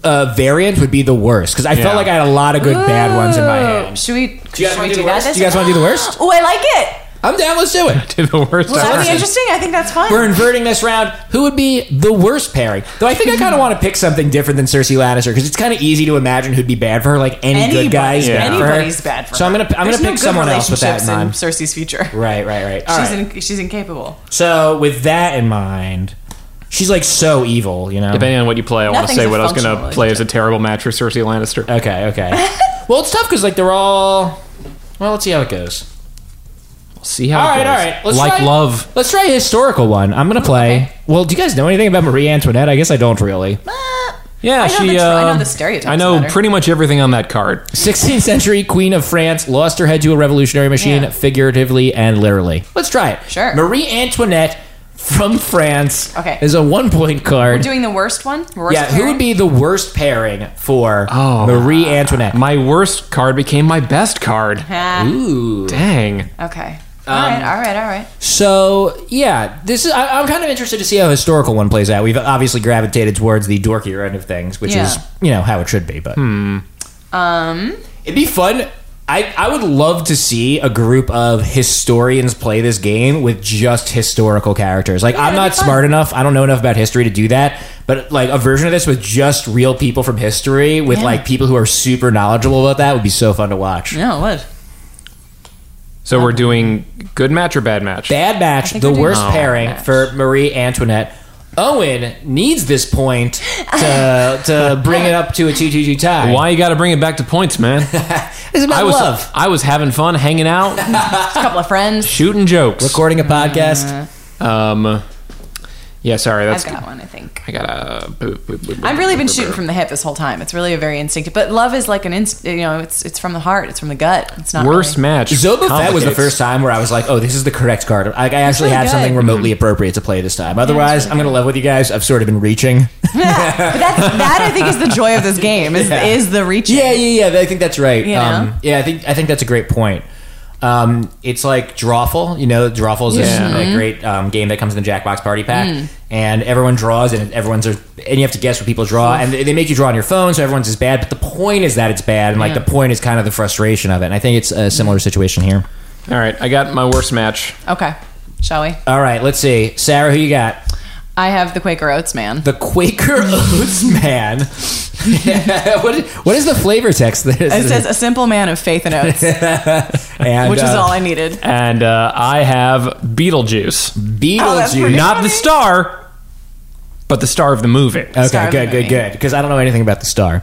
Speaker 1: uh, variant would be the worst because I
Speaker 2: Yeah.
Speaker 1: felt like I had a lot of good bad ones in my
Speaker 3: Ooh,
Speaker 1: hand.
Speaker 3: Should we?
Speaker 1: Um, Do you guys want
Speaker 3: should we
Speaker 1: to do
Speaker 3: do
Speaker 1: the
Speaker 3: that?
Speaker 1: worst? Do you guys want to do the worst?
Speaker 3: Oh, I like it.
Speaker 1: I'm down. Let's do it.
Speaker 2: the worst.
Speaker 3: Well, that'd
Speaker 2: ever.
Speaker 3: be interesting. I think that's fun.
Speaker 1: We're inverting this round. Who would be the worst pairing? Though I think I kind of want to pick something different than Cersei Lannister because it's kind of easy to imagine who'd be bad for her. Like any
Speaker 3: Anybody-
Speaker 1: good guy's bad for her.
Speaker 3: Anybody's bad for
Speaker 1: So I'm gonna
Speaker 3: her.
Speaker 1: I'm gonna
Speaker 3: There's no
Speaker 1: pick
Speaker 3: good
Speaker 1: someone else with that in mind.
Speaker 3: relationships Cersei's future.
Speaker 1: Right, right, right. All
Speaker 3: She's,
Speaker 1: right.
Speaker 3: in, she's incapable.
Speaker 1: so with that in mind, she's like so evil, you know.
Speaker 2: Depending on what you play, I want to
Speaker 3: Nothing's
Speaker 2: say
Speaker 3: a
Speaker 2: what I was going
Speaker 3: functional
Speaker 2: to play as a terrible match for Cersei Lannister.
Speaker 1: Okay, okay. well, it's tough because like they're all. Well, let's see how it goes.
Speaker 2: See how.
Speaker 1: All
Speaker 2: it
Speaker 1: right,
Speaker 2: goes.
Speaker 1: all right. Let's
Speaker 2: like
Speaker 1: try-
Speaker 2: love.
Speaker 1: Let's try a historical one. I'm gonna play. Well, do you guys know anything about Marie Antoinette? I guess I don't really.
Speaker 3: Uh,
Speaker 2: Yeah,
Speaker 3: I know
Speaker 2: she.
Speaker 3: the tr- I know
Speaker 2: um,
Speaker 3: the stereotypes
Speaker 2: I know
Speaker 3: about her.
Speaker 2: pretty much everything on that card.
Speaker 1: 16th century queen of France lost her head to a revolutionary machine,
Speaker 3: Yeah.
Speaker 1: figuratively and literally. Let's try it.
Speaker 3: Sure.
Speaker 1: Marie Antoinette from France.
Speaker 3: Okay.
Speaker 1: Is a one point card.
Speaker 3: Doing the worst one? Worst
Speaker 1: yeah, who would
Speaker 3: parent?
Speaker 1: be the worst pairing for
Speaker 2: Oh.
Speaker 1: Marie Antoinette?
Speaker 2: My worst card became my best card.
Speaker 3: Ah,
Speaker 1: Ooh.
Speaker 2: Dang.
Speaker 3: okay.
Speaker 1: Um,
Speaker 3: All right, all right, all right.
Speaker 1: So yeah, this is. I, I'm kind of interested to see how a historical one plays out. We've obviously gravitated towards the dorkier end of things, which is
Speaker 3: Yeah.
Speaker 1: you know how it should be. But
Speaker 3: Um,
Speaker 1: it'd be fun. I, I would love to see a group of historians play this game with just historical characters. Like I'm
Speaker 3: that'd
Speaker 1: not
Speaker 3: be fun.
Speaker 1: smart enough. I don't know enough about history to do that. But like a version of this with just real people from history, with
Speaker 3: Yeah.
Speaker 1: like people who are super knowledgeable about that, would be so fun to watch.
Speaker 3: no, what?
Speaker 2: So we're doing good match or bad match?
Speaker 1: Bad match,
Speaker 3: think
Speaker 1: the
Speaker 3: we're doing
Speaker 1: worst
Speaker 3: bad
Speaker 1: pairing
Speaker 3: match.
Speaker 1: for Marie Antoinette. Owen needs this point to, to bring it up to a 2 2 tie.
Speaker 2: Why you got to bring it back to points, man?
Speaker 1: It's about
Speaker 2: I was
Speaker 1: love.
Speaker 2: I was having fun, hanging out,
Speaker 3: Just a couple of friends.
Speaker 2: shooting jokes.
Speaker 1: Recording a podcast.
Speaker 3: Uh.
Speaker 2: Um, yeah, sorry.
Speaker 3: I've
Speaker 2: That's
Speaker 3: got one, I think.
Speaker 2: I gotta. boop, boop, boop, boop,
Speaker 3: I've really been
Speaker 2: boop,
Speaker 3: shooting
Speaker 2: boop.
Speaker 3: from the hip this whole time. It's really a very instinctive. But love is like an inst. You know, it's it's from the heart. It's from the gut. It's not
Speaker 2: Worst
Speaker 3: really-
Speaker 2: match.
Speaker 1: Zoba Fett was the
Speaker 2: Complicates.
Speaker 1: first time where I was like, oh, this is the correct card. I, I actually
Speaker 3: really
Speaker 1: have
Speaker 3: good.
Speaker 1: something remotely appropriate to play this time. Otherwise, I'm going to love with you guys. I've sort of been reaching.
Speaker 3: But that's, that I think is the joy of this game. Is
Speaker 1: Yeah.
Speaker 3: is the reaching.
Speaker 1: yeah, yeah, yeah. I think that's right.
Speaker 3: You know?
Speaker 1: Um, yeah, I think I think that's a great point. Um, it's like Drawful. You know, Drawful is
Speaker 2: Yeah.
Speaker 3: Mm-hmm.
Speaker 1: a great um, game that comes in the Jackbox Party Pack,
Speaker 3: Mm.
Speaker 1: and everyone draws, and everyone's are, and you have to guess what people draw, and they, they make you draw on your phone, so everyone's is bad. But the point is that it's bad, and like
Speaker 3: Yeah.
Speaker 1: the point is kind of the frustration of it. And I think it's a similar situation here.
Speaker 2: All right, I got my worst match.
Speaker 3: Okay. Shall we?
Speaker 1: All right, let's see, Sarah, who you got?
Speaker 3: I have the Quaker Oats man.
Speaker 1: The Quaker Oats Man. what, is, what is the flavor text? That is,
Speaker 3: It says a simple man of faith and oats, which
Speaker 1: and,
Speaker 3: is
Speaker 1: uh,
Speaker 3: all I needed.
Speaker 2: And uh, I have Beetlejuice.
Speaker 3: Oh, that's
Speaker 1: Beetlejuice.
Speaker 3: pretty
Speaker 2: Not the star, but the star of the movie.
Speaker 1: Okay,
Speaker 3: star of
Speaker 1: good,
Speaker 3: the
Speaker 1: good,
Speaker 3: movie.
Speaker 1: good. Because I don't know anything about the star.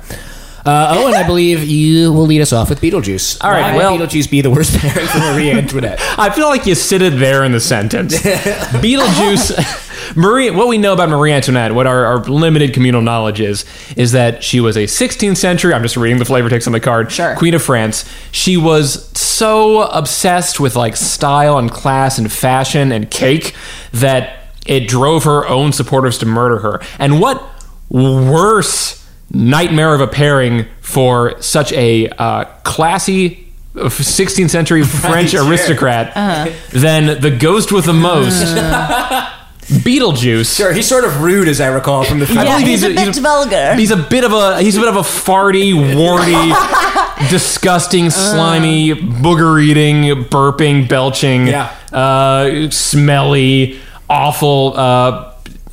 Speaker 1: Uh, Owen, I believe you will lead us off with Beetlejuice. All Why
Speaker 2: right,
Speaker 1: would
Speaker 2: well-
Speaker 1: Beetlejuice be the worst parent for Marie Antoinette.
Speaker 2: I feel like you sit it there in the sentence. Beetlejuice, Marie. What we know about Marie Antoinette, what our, our limited communal knowledge is, is that she was a 16th century. I'm just reading the flavor text on the card.
Speaker 3: Sure.
Speaker 2: Queen of France. She was so obsessed with like style and class and fashion and cake that it drove her own supporters to murder her. And what worse nightmare of a pairing for such a uh, classy. 16th century French
Speaker 1: sure.
Speaker 2: aristocrat
Speaker 3: Uh-huh.
Speaker 2: than the ghost with the most.
Speaker 3: Uh.
Speaker 2: Beetlejuice.
Speaker 1: Sure, he's sort of rude, as I recall from the
Speaker 2: I
Speaker 1: fact.
Speaker 2: believe
Speaker 3: he's a bit vulgar.
Speaker 2: He's a bit of a he's a bit of a farty, warty,
Speaker 3: Uh.
Speaker 2: disgusting, slimy, booger eating, burping, belching,
Speaker 1: Yeah.
Speaker 2: uh, smelly, awful. Uh,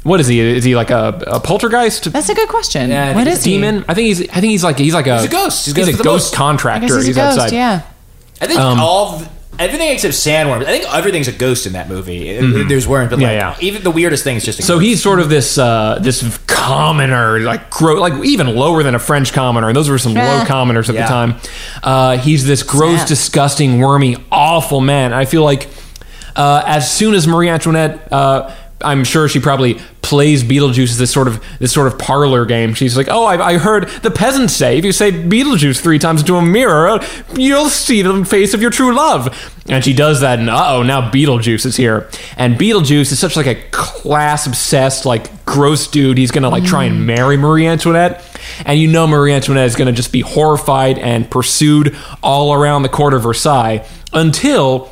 Speaker 2: what is he? Is he like a, a poltergeist?
Speaker 3: That's a good question.
Speaker 1: Yeah, I think
Speaker 3: what
Speaker 1: it's
Speaker 3: is he?
Speaker 2: demon? I think he's I think he's like he's like a
Speaker 1: He's a ghost. He's
Speaker 2: He's,
Speaker 1: ghost
Speaker 2: a
Speaker 1: for the
Speaker 2: ghost
Speaker 1: most.
Speaker 3: I
Speaker 2: contractor.
Speaker 3: guess he's, a ghost.
Speaker 2: outside.
Speaker 3: Yeah.
Speaker 1: I think
Speaker 2: Um,
Speaker 1: all of- everything except sandworms. I think everything's a ghost in that movie.
Speaker 3: Mm-hmm.
Speaker 1: There's worms, but like,
Speaker 2: Yeah, yeah.
Speaker 1: even the weirdest thing is just a
Speaker 2: So
Speaker 1: ghost.
Speaker 2: he's sort of this uh, this commoner, like gro- like even lower than a French commoner, and those were some
Speaker 3: Yeah.
Speaker 2: low commoners at
Speaker 1: Yeah.
Speaker 2: the time. Uh, he's this gross,
Speaker 3: Snap.
Speaker 2: disgusting, wormy, awful man. I feel like uh, as soon as Marie Antoinette, uh, I'm sure she probably plays Beetlejuice as this sort of this sort of parlor game. She's like, oh, I, I heard the peasants say if you say Beetlejuice three times into a mirror, you'll see the face of your true love. And she does that, and uh oh, now Beetlejuice is here. And Beetlejuice is such like a class obsessed, like gross dude. He's gonna like try
Speaker 3: Mm.
Speaker 2: and marry Marie Antoinette, and you know Marie Antoinette is gonna just be horrified and pursued all around the court of Versailles until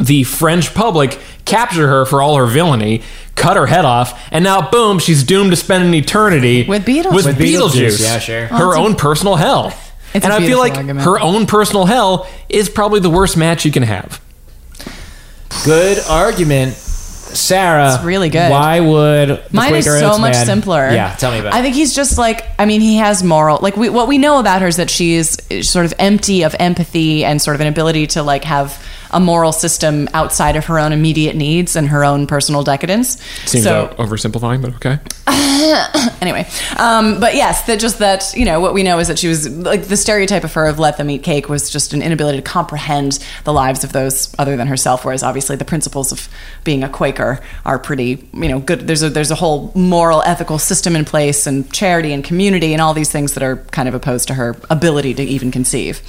Speaker 2: the French public capture her for all her villainy, cut her head off, and now boom, she's doomed to spend an eternity
Speaker 3: With Beetlejuice.
Speaker 2: With,
Speaker 3: With
Speaker 2: Beetlejuice,
Speaker 1: Beetlejuice, yeah, sure.
Speaker 2: Her own personal hell.
Speaker 3: It's a
Speaker 2: and I feel
Speaker 3: beautiful
Speaker 2: like
Speaker 3: argument.
Speaker 2: her own personal hell is probably the worst match you can have.
Speaker 1: Good argument, Sarah.
Speaker 3: It's really good.
Speaker 1: Why would the
Speaker 3: Mine is
Speaker 1: Quaker
Speaker 3: so
Speaker 1: Oats
Speaker 3: much
Speaker 1: man-
Speaker 3: simpler.
Speaker 1: Yeah, tell me about
Speaker 3: I
Speaker 1: it.
Speaker 3: think he's just like I mean he has moral like we, what we know about her is that she's eh, sort of empty of empathy and sort of an ability to like have a moral system outside of her own immediate needs and her own personal decadence.
Speaker 2: Seems
Speaker 3: so
Speaker 2: o- oversimplifying, but okay.
Speaker 3: anyway, um, but yes, that just that you know what we know is that she was like the stereotype of her of let them eat cake was just an inability to comprehend the lives of those other than herself. Whereas obviously the principles of being a Quaker are pretty you know good. There's a there's a whole moral ethical system in place and charity and community and all these things that are kind of opposed to her ability to even conceive.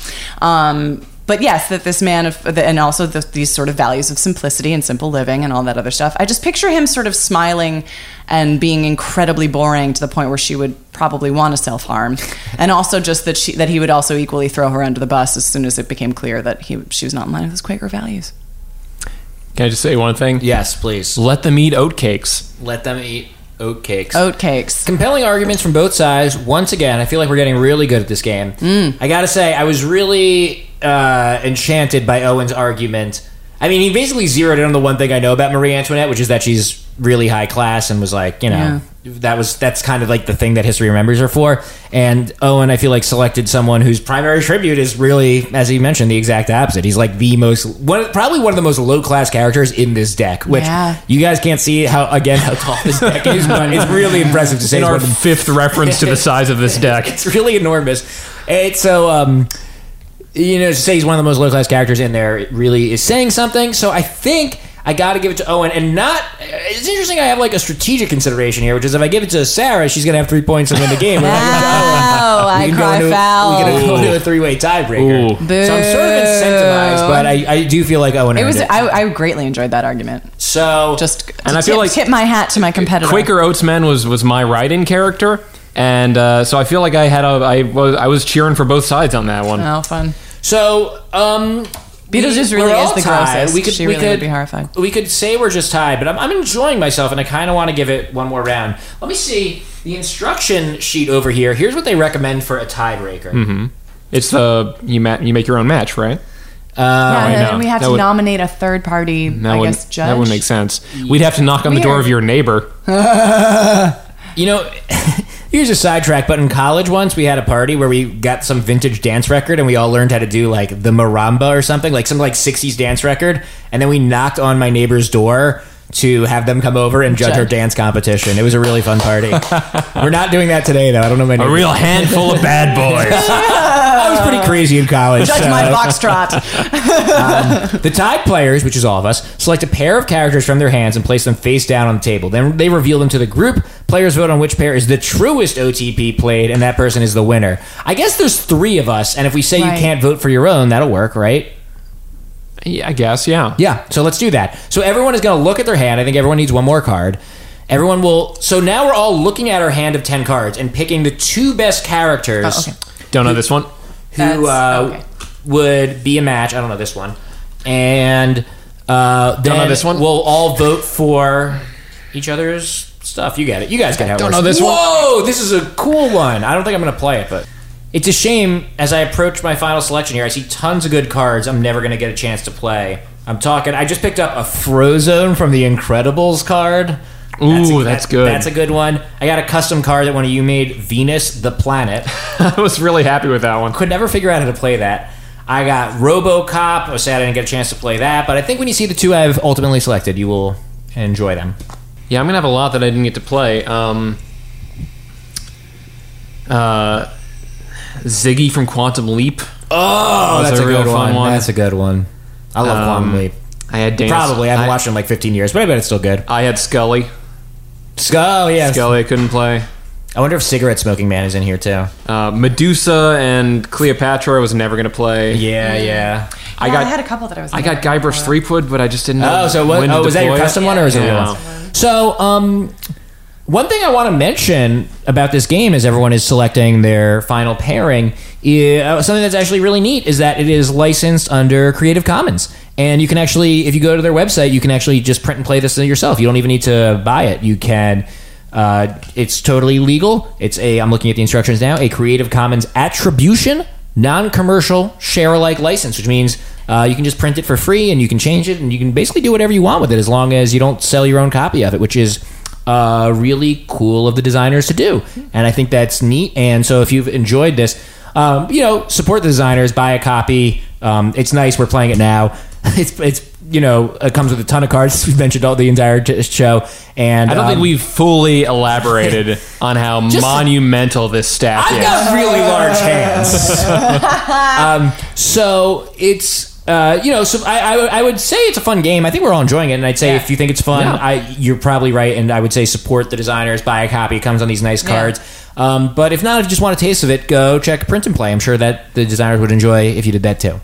Speaker 3: Um, but yes, that this man of, and also the, these sort of values of simplicity and simple living and all that other stuff. I just picture him sort of smiling and being incredibly boring to the point where she would probably want to self harm, and also just that she that he would also equally throw her under the bus as soon as it became clear that he she was not in line with his Quaker values.
Speaker 2: Can I just say one thing?
Speaker 1: Yes, please.
Speaker 2: Let them eat oatcakes.
Speaker 1: Let them eat oat cakes.
Speaker 3: Oatcakes.
Speaker 1: compelling arguments from both sides. Once again, I feel like we're getting really good at this game. I gotta say, I was really uh, enchanted by Owen's argument. I mean, he basically zeroed in on the one thing I know about Marie Antoinette, which is that she's really high class and was like, you know, that was that's kind of like the thing that history remembers her for. And Owen, I feel like selected someone whose primary tribute is really, as he mentioned, the exact opposite. He's like the most one, of- probably one of the most low class characters in this deck. Which
Speaker 3: Yeah.
Speaker 1: you guys can't see how again how tall this deck is, but it's really impressive to say.
Speaker 2: In
Speaker 1: it's
Speaker 2: our
Speaker 1: one of the-
Speaker 2: fifth reference to the size of this deck.
Speaker 1: it's really enormous. And so, um, you know, to say he's one of the most low class characters in there it really is saying something. So I think I got to give it to Owen, and not. It's interesting. I have like a strategic consideration here, which is if I give it to Sarah, she's gonna have three points and win the game. If I give it to
Speaker 3: Wow, Oh, Ah, I
Speaker 1: we can
Speaker 3: cry
Speaker 1: go into,
Speaker 3: foul.
Speaker 1: We can go into a three way tiebreaker. So I'm sort of incentivized, but I, I do feel like Owen.
Speaker 3: It was
Speaker 1: earned
Speaker 3: I, I greatly enjoyed that argument.
Speaker 1: so
Speaker 3: Just
Speaker 2: And
Speaker 3: to
Speaker 2: I feel
Speaker 3: tip,
Speaker 2: like-
Speaker 3: tip my hat to my competitor.
Speaker 2: Quaker Oats Man was was my write-in character, and uh, so I feel like I had a I was I was cheering for both sides on that one.
Speaker 3: Oh, fun.
Speaker 1: So, um,
Speaker 3: Beetlejuice
Speaker 1: we-
Speaker 3: really
Speaker 1: we're
Speaker 3: is
Speaker 1: all
Speaker 3: the
Speaker 1: tied.
Speaker 3: grossest.
Speaker 1: We could,
Speaker 3: She
Speaker 1: we
Speaker 3: really
Speaker 1: could,
Speaker 3: would be horrified.
Speaker 1: We could say we're just tied, but I'm, I'm enjoying myself, and I kind of want to give it one more round. Let me see the instruction sheet over here. Here's what they recommend for a tiebreaker.
Speaker 2: It's the you ma- you make your own match, right?
Speaker 3: yeah, and
Speaker 2: Oh, I
Speaker 3: then
Speaker 2: know.
Speaker 3: we have
Speaker 2: That
Speaker 3: to
Speaker 2: would-
Speaker 3: nominate a third party.
Speaker 2: That
Speaker 3: I
Speaker 2: would
Speaker 3: guess judge.
Speaker 2: that would make sense. We'd have to knock on the door
Speaker 3: Weird.
Speaker 2: of your neighbor.
Speaker 1: You know, here's a sidetrack, but in college once we had a party where we got some vintage dance record and we all learned how to do like the maramba or something, like some like 60s dance record. And then we knocked on my neighbor's door to have them come over and judge our
Speaker 3: Judge.
Speaker 1: dance competition. It was a really fun party. We're not doing that today, though. I don't know my neighbor.
Speaker 2: handful of bad boys.
Speaker 1: I was pretty crazy in college.
Speaker 3: Judge
Speaker 1: so-
Speaker 3: my foxtrot.
Speaker 1: the tied players, which is all of us, select a pair of characters from their hands and place them face down on the table. Then they reveal them to the group. Players vote on which pair is the truest OTP played, and that person is the winner. I guess there's three of us, and if we say
Speaker 3: Right.
Speaker 1: you can't vote for your own, that'll work, right?
Speaker 2: yeah, I guess. Yeah.
Speaker 1: Yeah, so let's do that. So everyone is going to look at their hand. I think everyone needs one more card. Everyone will. So now we're all looking at our hand of 10 cards and picking the two best characters
Speaker 3: Oh, okay.
Speaker 2: Don't know this one.
Speaker 1: who uh,
Speaker 3: That's- okay.
Speaker 1: would be a match. I don't know this one, and uh, then
Speaker 2: know this one?
Speaker 1: We'll all vote for each other's stuff. You get it. You guys get how.
Speaker 2: Don't
Speaker 1: it
Speaker 2: know
Speaker 1: works.
Speaker 2: this
Speaker 1: Whoa,
Speaker 2: one.
Speaker 1: this is a cool one. I don't think I'm gonna play it, but. It's a shame as I approach my final selection here. I see tons of good cards I'm never going to get a chance to play. I'm talking, I just picked up a Frozone from the Incredibles card.
Speaker 2: Ooh, that's good.
Speaker 1: That's a good one. I got a custom card that one of you made Venus the Planet.
Speaker 2: I was really happy with that one.
Speaker 1: could never figure out how to play that. I got RoboCop. I was sad I didn't get a chance to play that, but I think when you see the two I've ultimately selected, you will enjoy them.
Speaker 2: Yeah, I'm gonna have a lot that I didn't get to play. Um, uh, Ziggy from Quantum Leap.
Speaker 1: Oh,
Speaker 2: that's a real fun one.
Speaker 1: That's a good one. I love Quantum
Speaker 2: Um,
Speaker 1: Leap.
Speaker 2: I had dance.
Speaker 1: Probably. I haven't watched it in like 15 years, but I bet it's still good.
Speaker 2: I had Scully.
Speaker 1: Sc- Oh, yeah.
Speaker 2: Scully, I couldn't play.
Speaker 1: I wonder if Cigarette Smoking Man is in here, too.
Speaker 2: Uh, Medusa and Cleopatra. I was never gonna play.
Speaker 1: Yeah, yeah.
Speaker 2: I
Speaker 3: Yeah,
Speaker 2: got.
Speaker 3: I had a couple that I was.
Speaker 2: I
Speaker 3: thinking
Speaker 2: got
Speaker 3: about
Speaker 2: Guybrush
Speaker 3: before.
Speaker 2: Threepwood, but I just didn't know.
Speaker 1: Oh, so what,
Speaker 2: when to
Speaker 1: oh, was that your
Speaker 2: deploy it.
Speaker 1: custom one or is it
Speaker 2: Yeah.
Speaker 1: a real one? So, um, one thing I want to mention about this game as everyone is selecting their final pairing, is, something that's actually really neat is that it is licensed under Creative Commons. And you can actually, if you go to their website, you can actually just print and play this yourself. You don't even need to buy it. You can. Uh, it's totally legal. It's a. I'm looking at the instructions now. A Creative Commons attribution non-commercial share-alike license, which means uh, you can just print it for free and you can change it and you can basically do whatever you want with it as long as you don't sell your own copy of it, which is uh, really cool of the designers to do. And I think that's neat. And so if you've enjoyed this, um, you know, support the designers, buy a copy. Um, it's nice. We're playing it now. It's it's you know it comes with a ton of cards. We've mentioned all the entire t- show, and
Speaker 2: I don't think
Speaker 1: um,
Speaker 2: we've fully elaborated on how
Speaker 1: Just-
Speaker 2: monumental this staff
Speaker 1: I've
Speaker 2: is.
Speaker 1: got really large hands. um, so it's. Uh, you know, so I, I, would- I would say it's a fun game. I think we're all enjoying it, and I'd say if you think it's fun,
Speaker 2: Yeah.
Speaker 1: I, you're probably right. And I would say support the designers, buy a copy. It comes on these nice cards. Um, but if not, if you just want a taste of it, go check Print and Play. I'm sure that the designers would enjoy if you did that too.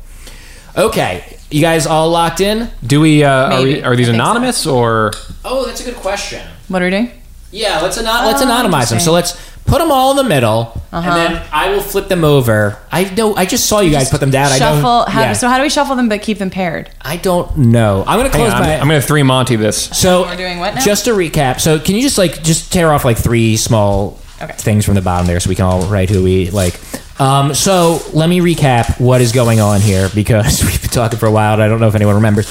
Speaker 1: Okay, you guys all locked in?
Speaker 2: Do we? Uh, are, we
Speaker 3: Maybe.
Speaker 2: are these
Speaker 3: I think so.
Speaker 2: anonymous or?
Speaker 1: Oh, that's a good question.
Speaker 3: What are we doing?
Speaker 1: Yeah, let's anon- let's
Speaker 3: Oh,
Speaker 1: anonymize them. So
Speaker 3: interesting.
Speaker 1: let's put them all in the middle, and then I will flip them over. I know. I just saw you guys put them down. I
Speaker 3: shuffle.
Speaker 1: don't.
Speaker 3: How,
Speaker 1: yeah.
Speaker 3: So how do we shuffle them but keep them paired?
Speaker 1: I don't know. I'm gonna
Speaker 2: Hang
Speaker 1: close
Speaker 2: on,
Speaker 1: my.
Speaker 2: I'm, I'm going to three Monty this.
Speaker 1: so
Speaker 3: We're doing what now?
Speaker 1: Just to recap. So can you just like just tear off like three small
Speaker 3: Okay.
Speaker 1: things from the bottom there, so we can all write who we like. Um, so let me recap what is going on here because we've been talking for a while. and I don't know if anyone remembers.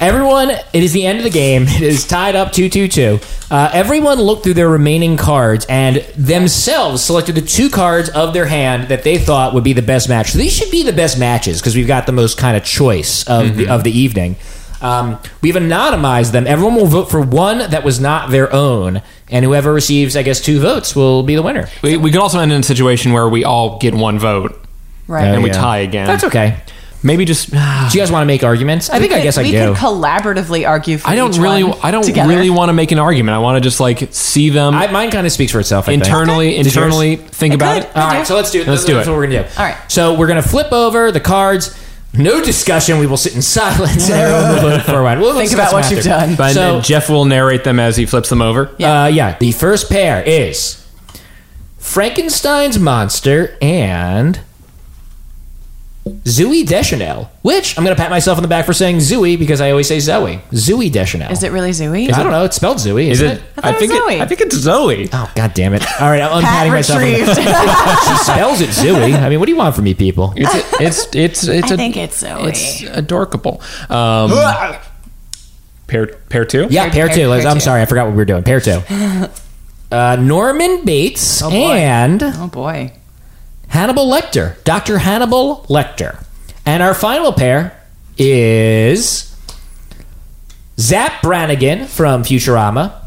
Speaker 1: Everyone, it is the end of the game. It is tied up two two two. Uh, everyone looked through their remaining cards and themselves selected the two cards of their hand that they thought would be the best match. So these should be the best matches because we've got the most kind of choice of the, of the evening. Um, we've anonymized them. Everyone will vote for one that was not their own, and whoever receives, I guess, two votes will be the winner.
Speaker 2: We, we could also end in a situation where we all get one vote
Speaker 3: Right.
Speaker 2: and we
Speaker 1: Yeah.
Speaker 2: tie again.
Speaker 1: That's okay.
Speaker 2: Maybe just.
Speaker 1: Do you guys want to make arguments? I think I guess I
Speaker 3: we
Speaker 1: do.
Speaker 3: could collaboratively argue for
Speaker 2: I don't
Speaker 3: each
Speaker 2: really.
Speaker 3: one
Speaker 2: I don't
Speaker 3: together.
Speaker 2: really want to make an argument. I want to just like see them
Speaker 1: I, mine kind of speaks for itself. I think.
Speaker 2: internally.
Speaker 1: Does yours?
Speaker 2: Internally, think about
Speaker 3: could.
Speaker 2: it. Um,
Speaker 1: All right, so let's do it.
Speaker 2: Let's do
Speaker 1: That's
Speaker 2: it.
Speaker 1: what we're gonna do.
Speaker 3: All right.
Speaker 1: So we're gonna flip over the cards. No discussion. We will sit in silence. and everyone will vote for one. We'll
Speaker 3: Think
Speaker 1: discuss
Speaker 3: about what
Speaker 1: them
Speaker 3: you've
Speaker 1: after.
Speaker 3: done.
Speaker 2: But
Speaker 1: So-
Speaker 2: and Jeff will narrate them as he flips them over.
Speaker 1: Uh, yeah. The first pair is Frankenstein's monster and Zooey Deschanel. Which I'm gonna pat myself on the back for saying Zooey because I always say Zoe. Zooey Deschanel.
Speaker 3: Is it really Zooey?
Speaker 1: I don't know. It's spelled Zooey.
Speaker 2: Is
Speaker 1: Is
Speaker 2: it?
Speaker 3: I thought it
Speaker 2: think
Speaker 3: was Zoe.
Speaker 2: I think it's Zoe.
Speaker 1: Oh God damn it! All right, I'm
Speaker 3: Pat
Speaker 1: unpatting myself. on the-
Speaker 3: retrieved.
Speaker 1: she spells it Zooey. I mean, what do you want from me, people?
Speaker 2: It's it's it's it's
Speaker 3: I
Speaker 2: a-
Speaker 3: think it's Zoe.
Speaker 2: It's adorkable. Um, pair pair two.
Speaker 1: Yeah, pair,
Speaker 3: Pair-
Speaker 1: two.
Speaker 3: pair-
Speaker 1: Liz,
Speaker 3: pair
Speaker 1: I'm
Speaker 3: two.
Speaker 1: sorry, I forgot what we were doing. Pair two. Uh, Norman Bates
Speaker 3: boy.
Speaker 1: and
Speaker 3: oh boy.
Speaker 1: Hannibal Lecter, Dr. Hannibal Lecter. And our final pair is Zap Brannigan from Futurama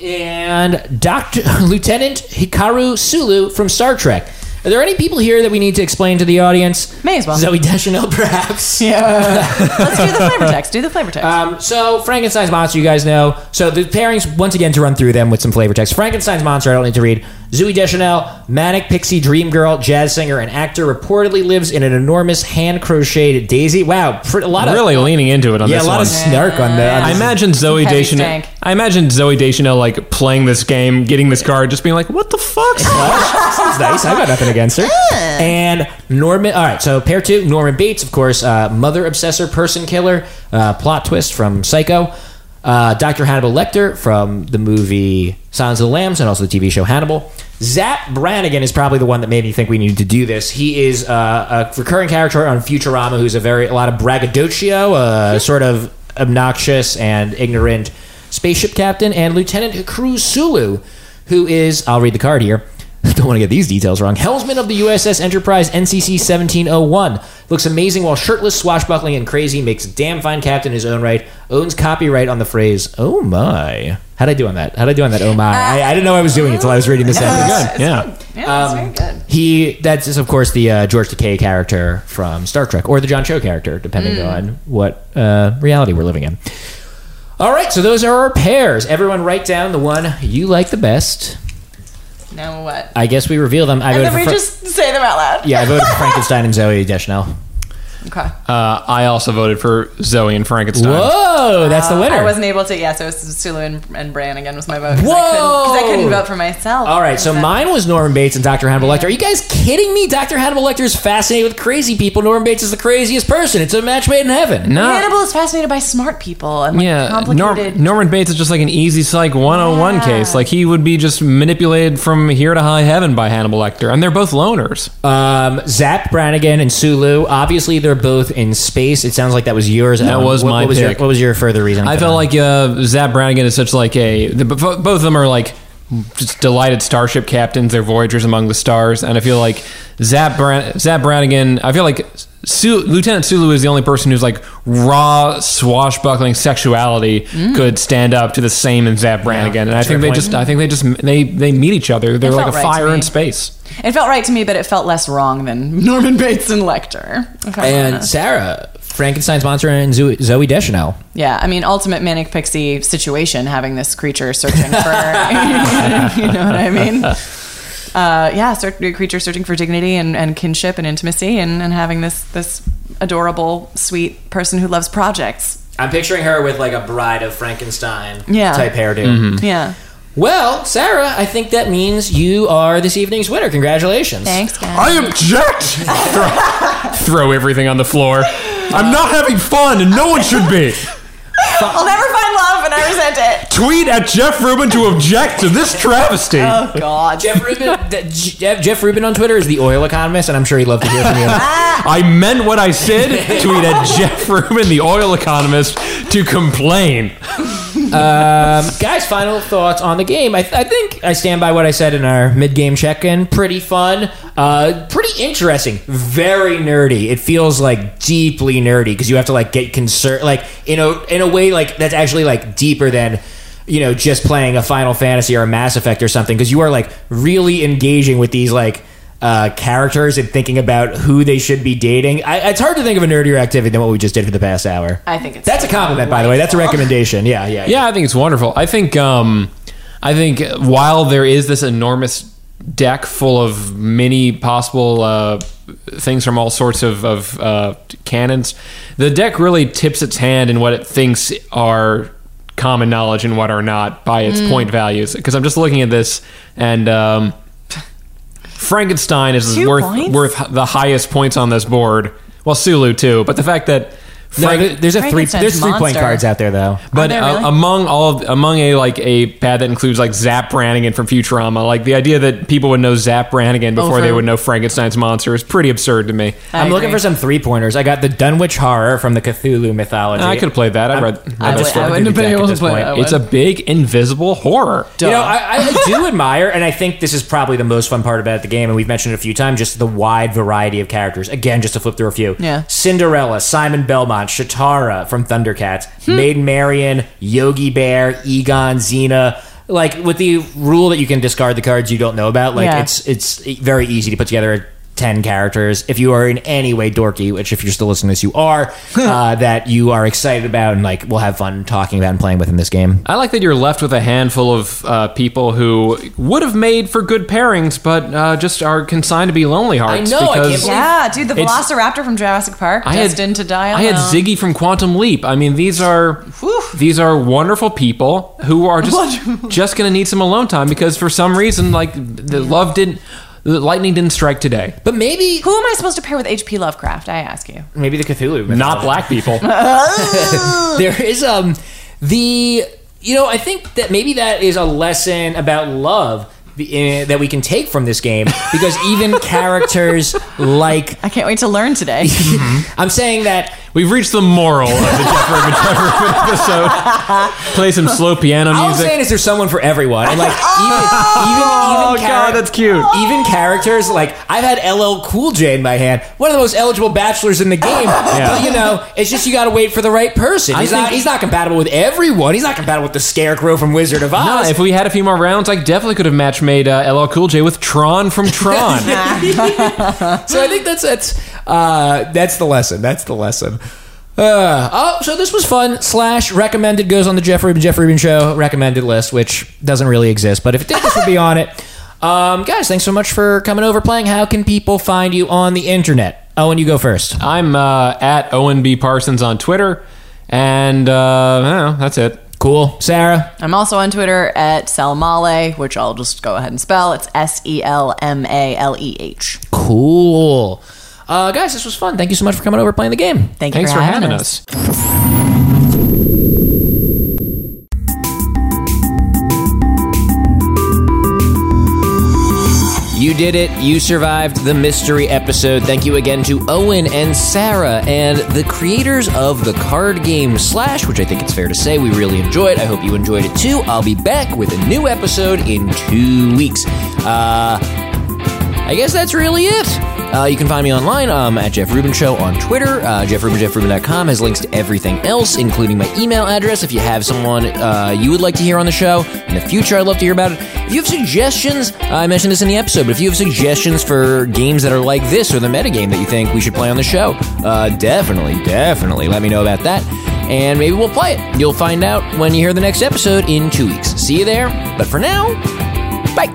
Speaker 1: and Dr. Lieutenant Hikaru Sulu from Star Trek. Are there any people here that we need to explain to the audience?
Speaker 3: May as well.
Speaker 1: Zoe Deschanel, perhaps.
Speaker 3: Yeah. Let's do the flavor text. Do the flavor text.
Speaker 1: Um, so Frankenstein's monster, you guys know. So the pairings, once again, to run through them with some flavor text. Frankenstein's monster, I don't need to read. Zooey Deschanel, manic pixie dream girl, jazz singer, and actor, reportedly lives in an enormous hand crocheted daisy. Wow, pr- a lot of
Speaker 2: Really leaning into it on
Speaker 1: yeah, a
Speaker 2: this
Speaker 1: lot
Speaker 2: one.
Speaker 1: of snark on the. on
Speaker 2: I
Speaker 1: this-
Speaker 2: imagine Zoe
Speaker 3: heavy
Speaker 2: Deschanel.
Speaker 3: stank.
Speaker 2: I imagine Zoe Deschanel like playing this game, getting this card, just being like, "What the fuck?"
Speaker 1: Sounds nice. I got nothing against her. And Norman. All right, so pair two Norman Bates, of course, uh, mother obsessor, person killer, uh, plot twist from Psycho. Uh, Dr. Hannibal Lecter from the movie Silence of the Lambs and also the TV show Hannibal. Zap Brannigan is probably the one that made me think we needed to do this. He is uh, a recurring character on Futurama who's a very a lot of braggadocio, uh, sort of obnoxious and ignorant spaceship captain, and Lieutenant Cruz Sulu, who is, I'll read the card here. Don't want to get these details wrong. Helmsman of the USS Enterprise NCC 1701. Looks amazing while shirtless, swashbuckling, and crazy. Makes a damn fine captain in his own right. Owns copyright on the phrase, oh my. How'd I do on that? How'd I do on that, oh my? I, I didn't know I was doing it until I was reading this out.
Speaker 2: Good. Yeah.
Speaker 3: yeah,
Speaker 1: um,
Speaker 3: that's very good.
Speaker 1: He, that's just, of course, the uh, George Takei character from Star Trek, or the John Cho character, depending
Speaker 3: Hmm.
Speaker 1: on what uh, reality we're living in. All right, so those are our pairs. Everyone, write down the one you like the best.
Speaker 3: Now what?
Speaker 1: I guess we reveal them. I
Speaker 3: And
Speaker 1: voted
Speaker 3: then
Speaker 1: for
Speaker 3: we
Speaker 1: Fra-
Speaker 3: just say them out loud.
Speaker 1: yeah, I voted for Frankenstein and Zoe Deschanel.
Speaker 3: Okay.
Speaker 2: Uh, I also voted for Zoe and Frankenstein.
Speaker 1: Whoa, that's the winner.
Speaker 3: Uh, I wasn't able to. Yeah, so it was Sulu and, and Bran again was my vote. Because
Speaker 1: Whoa!
Speaker 3: I, couldn't- 'cause I couldn't vote for myself.
Speaker 1: All right, so
Speaker 3: Exactly.
Speaker 1: mine was Norman Bates and Dr. Hannibal Lecter. Are you guys kidding me? Dr. Hannibal Lecter is fascinated with crazy people. Norman Bates is the craziest person. It's a match made in heaven.
Speaker 2: No.
Speaker 3: Hannibal is fascinated by smart people and like
Speaker 2: Yeah,
Speaker 3: complicated.
Speaker 2: Norm- Norman Bates is just like an easy psych 101
Speaker 3: Yeah.
Speaker 2: case. Like he would be just manipulated from here to high heaven by Hannibal Lecter, and they're both loners.
Speaker 1: Um, Zach Brannigan and Sulu. Obviously, they're both in space. It sounds like that was yours. That
Speaker 2: was
Speaker 1: what,
Speaker 2: my
Speaker 1: what was Your,
Speaker 2: pick.
Speaker 1: what was your further reason?
Speaker 2: I
Speaker 1: for
Speaker 2: felt
Speaker 1: that?
Speaker 2: like uh, Zap Brannigan is such like a the, both both of them are like just delighted starship captains. They're voyagers among the stars, and I feel like Zap Bran- Zap Brannigan. I feel like Su- Lieutenant Sulu is the only person who's like raw swashbuckling sexuality
Speaker 3: Mm.
Speaker 2: could stand up to the same in Zap Brannigan, and I think they just I think they just they they meet each other. They're
Speaker 3: It
Speaker 2: like a
Speaker 3: felt right to
Speaker 2: fire
Speaker 3: me.
Speaker 2: in space.
Speaker 3: it felt right to me, but it felt less wrong than Norman Bates and Lecter. if I'm
Speaker 1: and
Speaker 3: honest.
Speaker 1: Sarah Frankenstein's monster and Zoe, Zoe Deschanel.
Speaker 3: yeah, I mean, ultimate manic pixie situation, having this creature searching for, you know what I mean? Uh, yeah, search, a creature searching for dignity and, and kinship and intimacy, and, and having this this adorable, sweet person who loves projects.
Speaker 1: I'm picturing her with like a Bride of Frankenstein
Speaker 3: Yeah.
Speaker 1: type hairdo.
Speaker 3: Yeah.
Speaker 1: Well, Sarah, I think that means you are this evening's winner. Congratulations.
Speaker 3: Thanks, guys.
Speaker 5: I object.
Speaker 2: Throw everything on the floor.
Speaker 5: I'm not having fun, and no one should be.
Speaker 3: I'll never find love, and I resent it.
Speaker 5: Tweet at Jeff Rubin to object to this travesty.
Speaker 3: Oh God.
Speaker 1: Jeff Rubin, that- Jeff, Jeff Rubin on Twitter is the oil economist, and I'm sure he'd love to hear from you.
Speaker 2: I meant what I said. Tweet at Jeff Rubin, the oil economist, to complain.
Speaker 1: Um, guys, final thoughts on the game. I, I think I stand by what I said in our mid-game check-in. Pretty fun, uh, pretty interesting, very nerdy. It feels like deeply nerdy because you have to like get concerned, like in a in a way like that's actually like deeper than you know just playing a Final Fantasy or a Mass Effect or something because you are like really engaging with these like. Uh, characters and thinking about who they should be dating. I, it's hard to think of a nerdier activity than what we just did for the past hour.
Speaker 3: I think it's
Speaker 1: that's a compliment, by the way. That's a recommendation. Yeah, yeah,
Speaker 2: Yeah, I think it's wonderful. I think um, I think while there is this enormous deck full of many possible uh, things from all sorts of, of uh, cannons, the deck really tips its hand in what it thinks are common knowledge and what are not by its
Speaker 3: Mm.
Speaker 2: point values. Because I'm just looking at this and. Um, Frankenstein is
Speaker 3: Two
Speaker 2: worth
Speaker 3: points?
Speaker 2: worth the highest points on this board. Well, Sulu too, but the fact that
Speaker 1: No,
Speaker 2: Frank-
Speaker 1: there- there's a three.
Speaker 3: Frankenstein's
Speaker 1: There's three point
Speaker 3: monster.
Speaker 1: cards out there though.
Speaker 2: but
Speaker 3: Oh, there
Speaker 2: uh,
Speaker 3: really?
Speaker 2: among all of, among a like a pad that includes like Zap Brannigan from Futurama, like the idea that people would know Zap Brannigan before
Speaker 3: Over-
Speaker 2: they would know Frankenstein's monster is pretty absurd to me.
Speaker 3: I
Speaker 1: I'm looking
Speaker 3: agree.
Speaker 1: for some three pointers. I got the Dunwich Horror from the Cthulhu mythology.
Speaker 2: I could play that. I read.
Speaker 1: I'm
Speaker 2: read that
Speaker 1: just
Speaker 2: story.
Speaker 3: I wouldn't have been
Speaker 1: deck at
Speaker 3: able to
Speaker 1: this
Speaker 3: play
Speaker 1: point.
Speaker 3: that one.
Speaker 2: It's a big invisible horror.
Speaker 1: You know, I, I do admire, and I think this is probably the most fun part about the game, and we've mentioned it a few times, just the wide variety of characters. Again, just to flip through a few.
Speaker 3: Yeah.
Speaker 1: Cinderella, Simon Belmont, Shatara from Thundercats, Maid Marian, Yogi Bear, Egon, Xena. Like with the rule that you can discard the cards you don't know about, like
Speaker 3: Yeah.
Speaker 1: it's it's very easy to put together ten characters if you are in any way dorky, which if you're still listening to this, you are, uh, that you are excited about and like we'll have fun talking about and playing with in this game.
Speaker 2: I like that you're left with a handful of uh, people who would have made for good pairings, but uh, just are consigned to be lonely hearts.
Speaker 1: know, I can't
Speaker 2: because-
Speaker 1: believe-
Speaker 3: Yeah, dude, the
Speaker 2: It's-
Speaker 3: Velociraptor from Jurassic Park,
Speaker 2: I had-
Speaker 3: destined to die alone.
Speaker 2: I had Ziggy from Quantum Leap. I mean, these are
Speaker 3: Whew.
Speaker 2: these are wonderful people who are just
Speaker 3: Wonderful.
Speaker 2: just going to need some alone time because for some reason, like the love didn't, the lightning didn't strike today.
Speaker 1: But maybe
Speaker 3: Who am I supposed to pair with H.P. Lovecraft? I ask you.
Speaker 1: maybe the Cthulhu
Speaker 2: Not
Speaker 1: mythology.
Speaker 2: black people.
Speaker 1: there is um the you know I think that maybe that is a lesson about love the- uh, that we can take from this game because even characters like Mhm.
Speaker 3: I can't wait to learn today.
Speaker 1: I'm saying that
Speaker 2: We've reached the moral of the Jeff Urban Trevor Urban episode. Play some slow piano
Speaker 1: all I'm
Speaker 2: music.
Speaker 1: saying is there's someone for everyone and like even even
Speaker 2: oh
Speaker 1: even,
Speaker 2: god,
Speaker 1: charac-
Speaker 2: that's cute.
Speaker 1: even characters like I've had LL Cool J in my hand one of the most eligible bachelors in the game but you know it's just you got to wait for the right person he's
Speaker 2: think-
Speaker 1: not he's not compatible with everyone he's not compatible with the Scarecrow from Wizard of
Speaker 2: No,
Speaker 1: Oz
Speaker 2: if we had a few more rounds, I definitely could have match made uh, LL Cool J with Tron from Tron.
Speaker 1: So I think that's that's uh, that's the lesson. That's the lesson. Uh, oh, so this was fun. Slash recommended goes on the Jeff Rubin Jeff Rubin Show recommended list, which doesn't really exist, but if it did, this would be on it. Um, guys, thanks so much for coming over playing. How can people find you on the internet? Owen, you go first.
Speaker 2: I'm uh, at Owen B. Parsons on Twitter, and uh, I don't know, that's it.
Speaker 1: Cool. Sarah.
Speaker 3: I'm also on Twitter at Salmale, which I'll just go ahead and spell. It's S E L M A L E H.
Speaker 1: Cool. Uh, guys, this was fun. Thank you so much for coming over and playing the game.
Speaker 3: Thank you
Speaker 2: Thanks for having us.
Speaker 1: You did it. You survived the mystery episode. Thank you again to Owen and Sarah and the creators of the card game Slash, which I think it's fair to say we really enjoyed. I hope you enjoyed it too. I'll be back with a new episode in two weeks. Uh, I guess that's really it. Uh, you can find me online um, at Jeff Rubin Show on Twitter. Uh, Jeff Rubin, jeffrubin.com has links to everything else, including my email address. If you have someone uh, you would like to hear on the show in the future, I'd love to hear about it. If you have suggestions, I mentioned this in the episode, but if you have suggestions for games that are like this or the metagame that you think we should play on the show, uh, definitely, definitely let me know about that. And maybe we'll play it. You'll find out when you hear the next episode in two weeks. See you there. But for now, bye.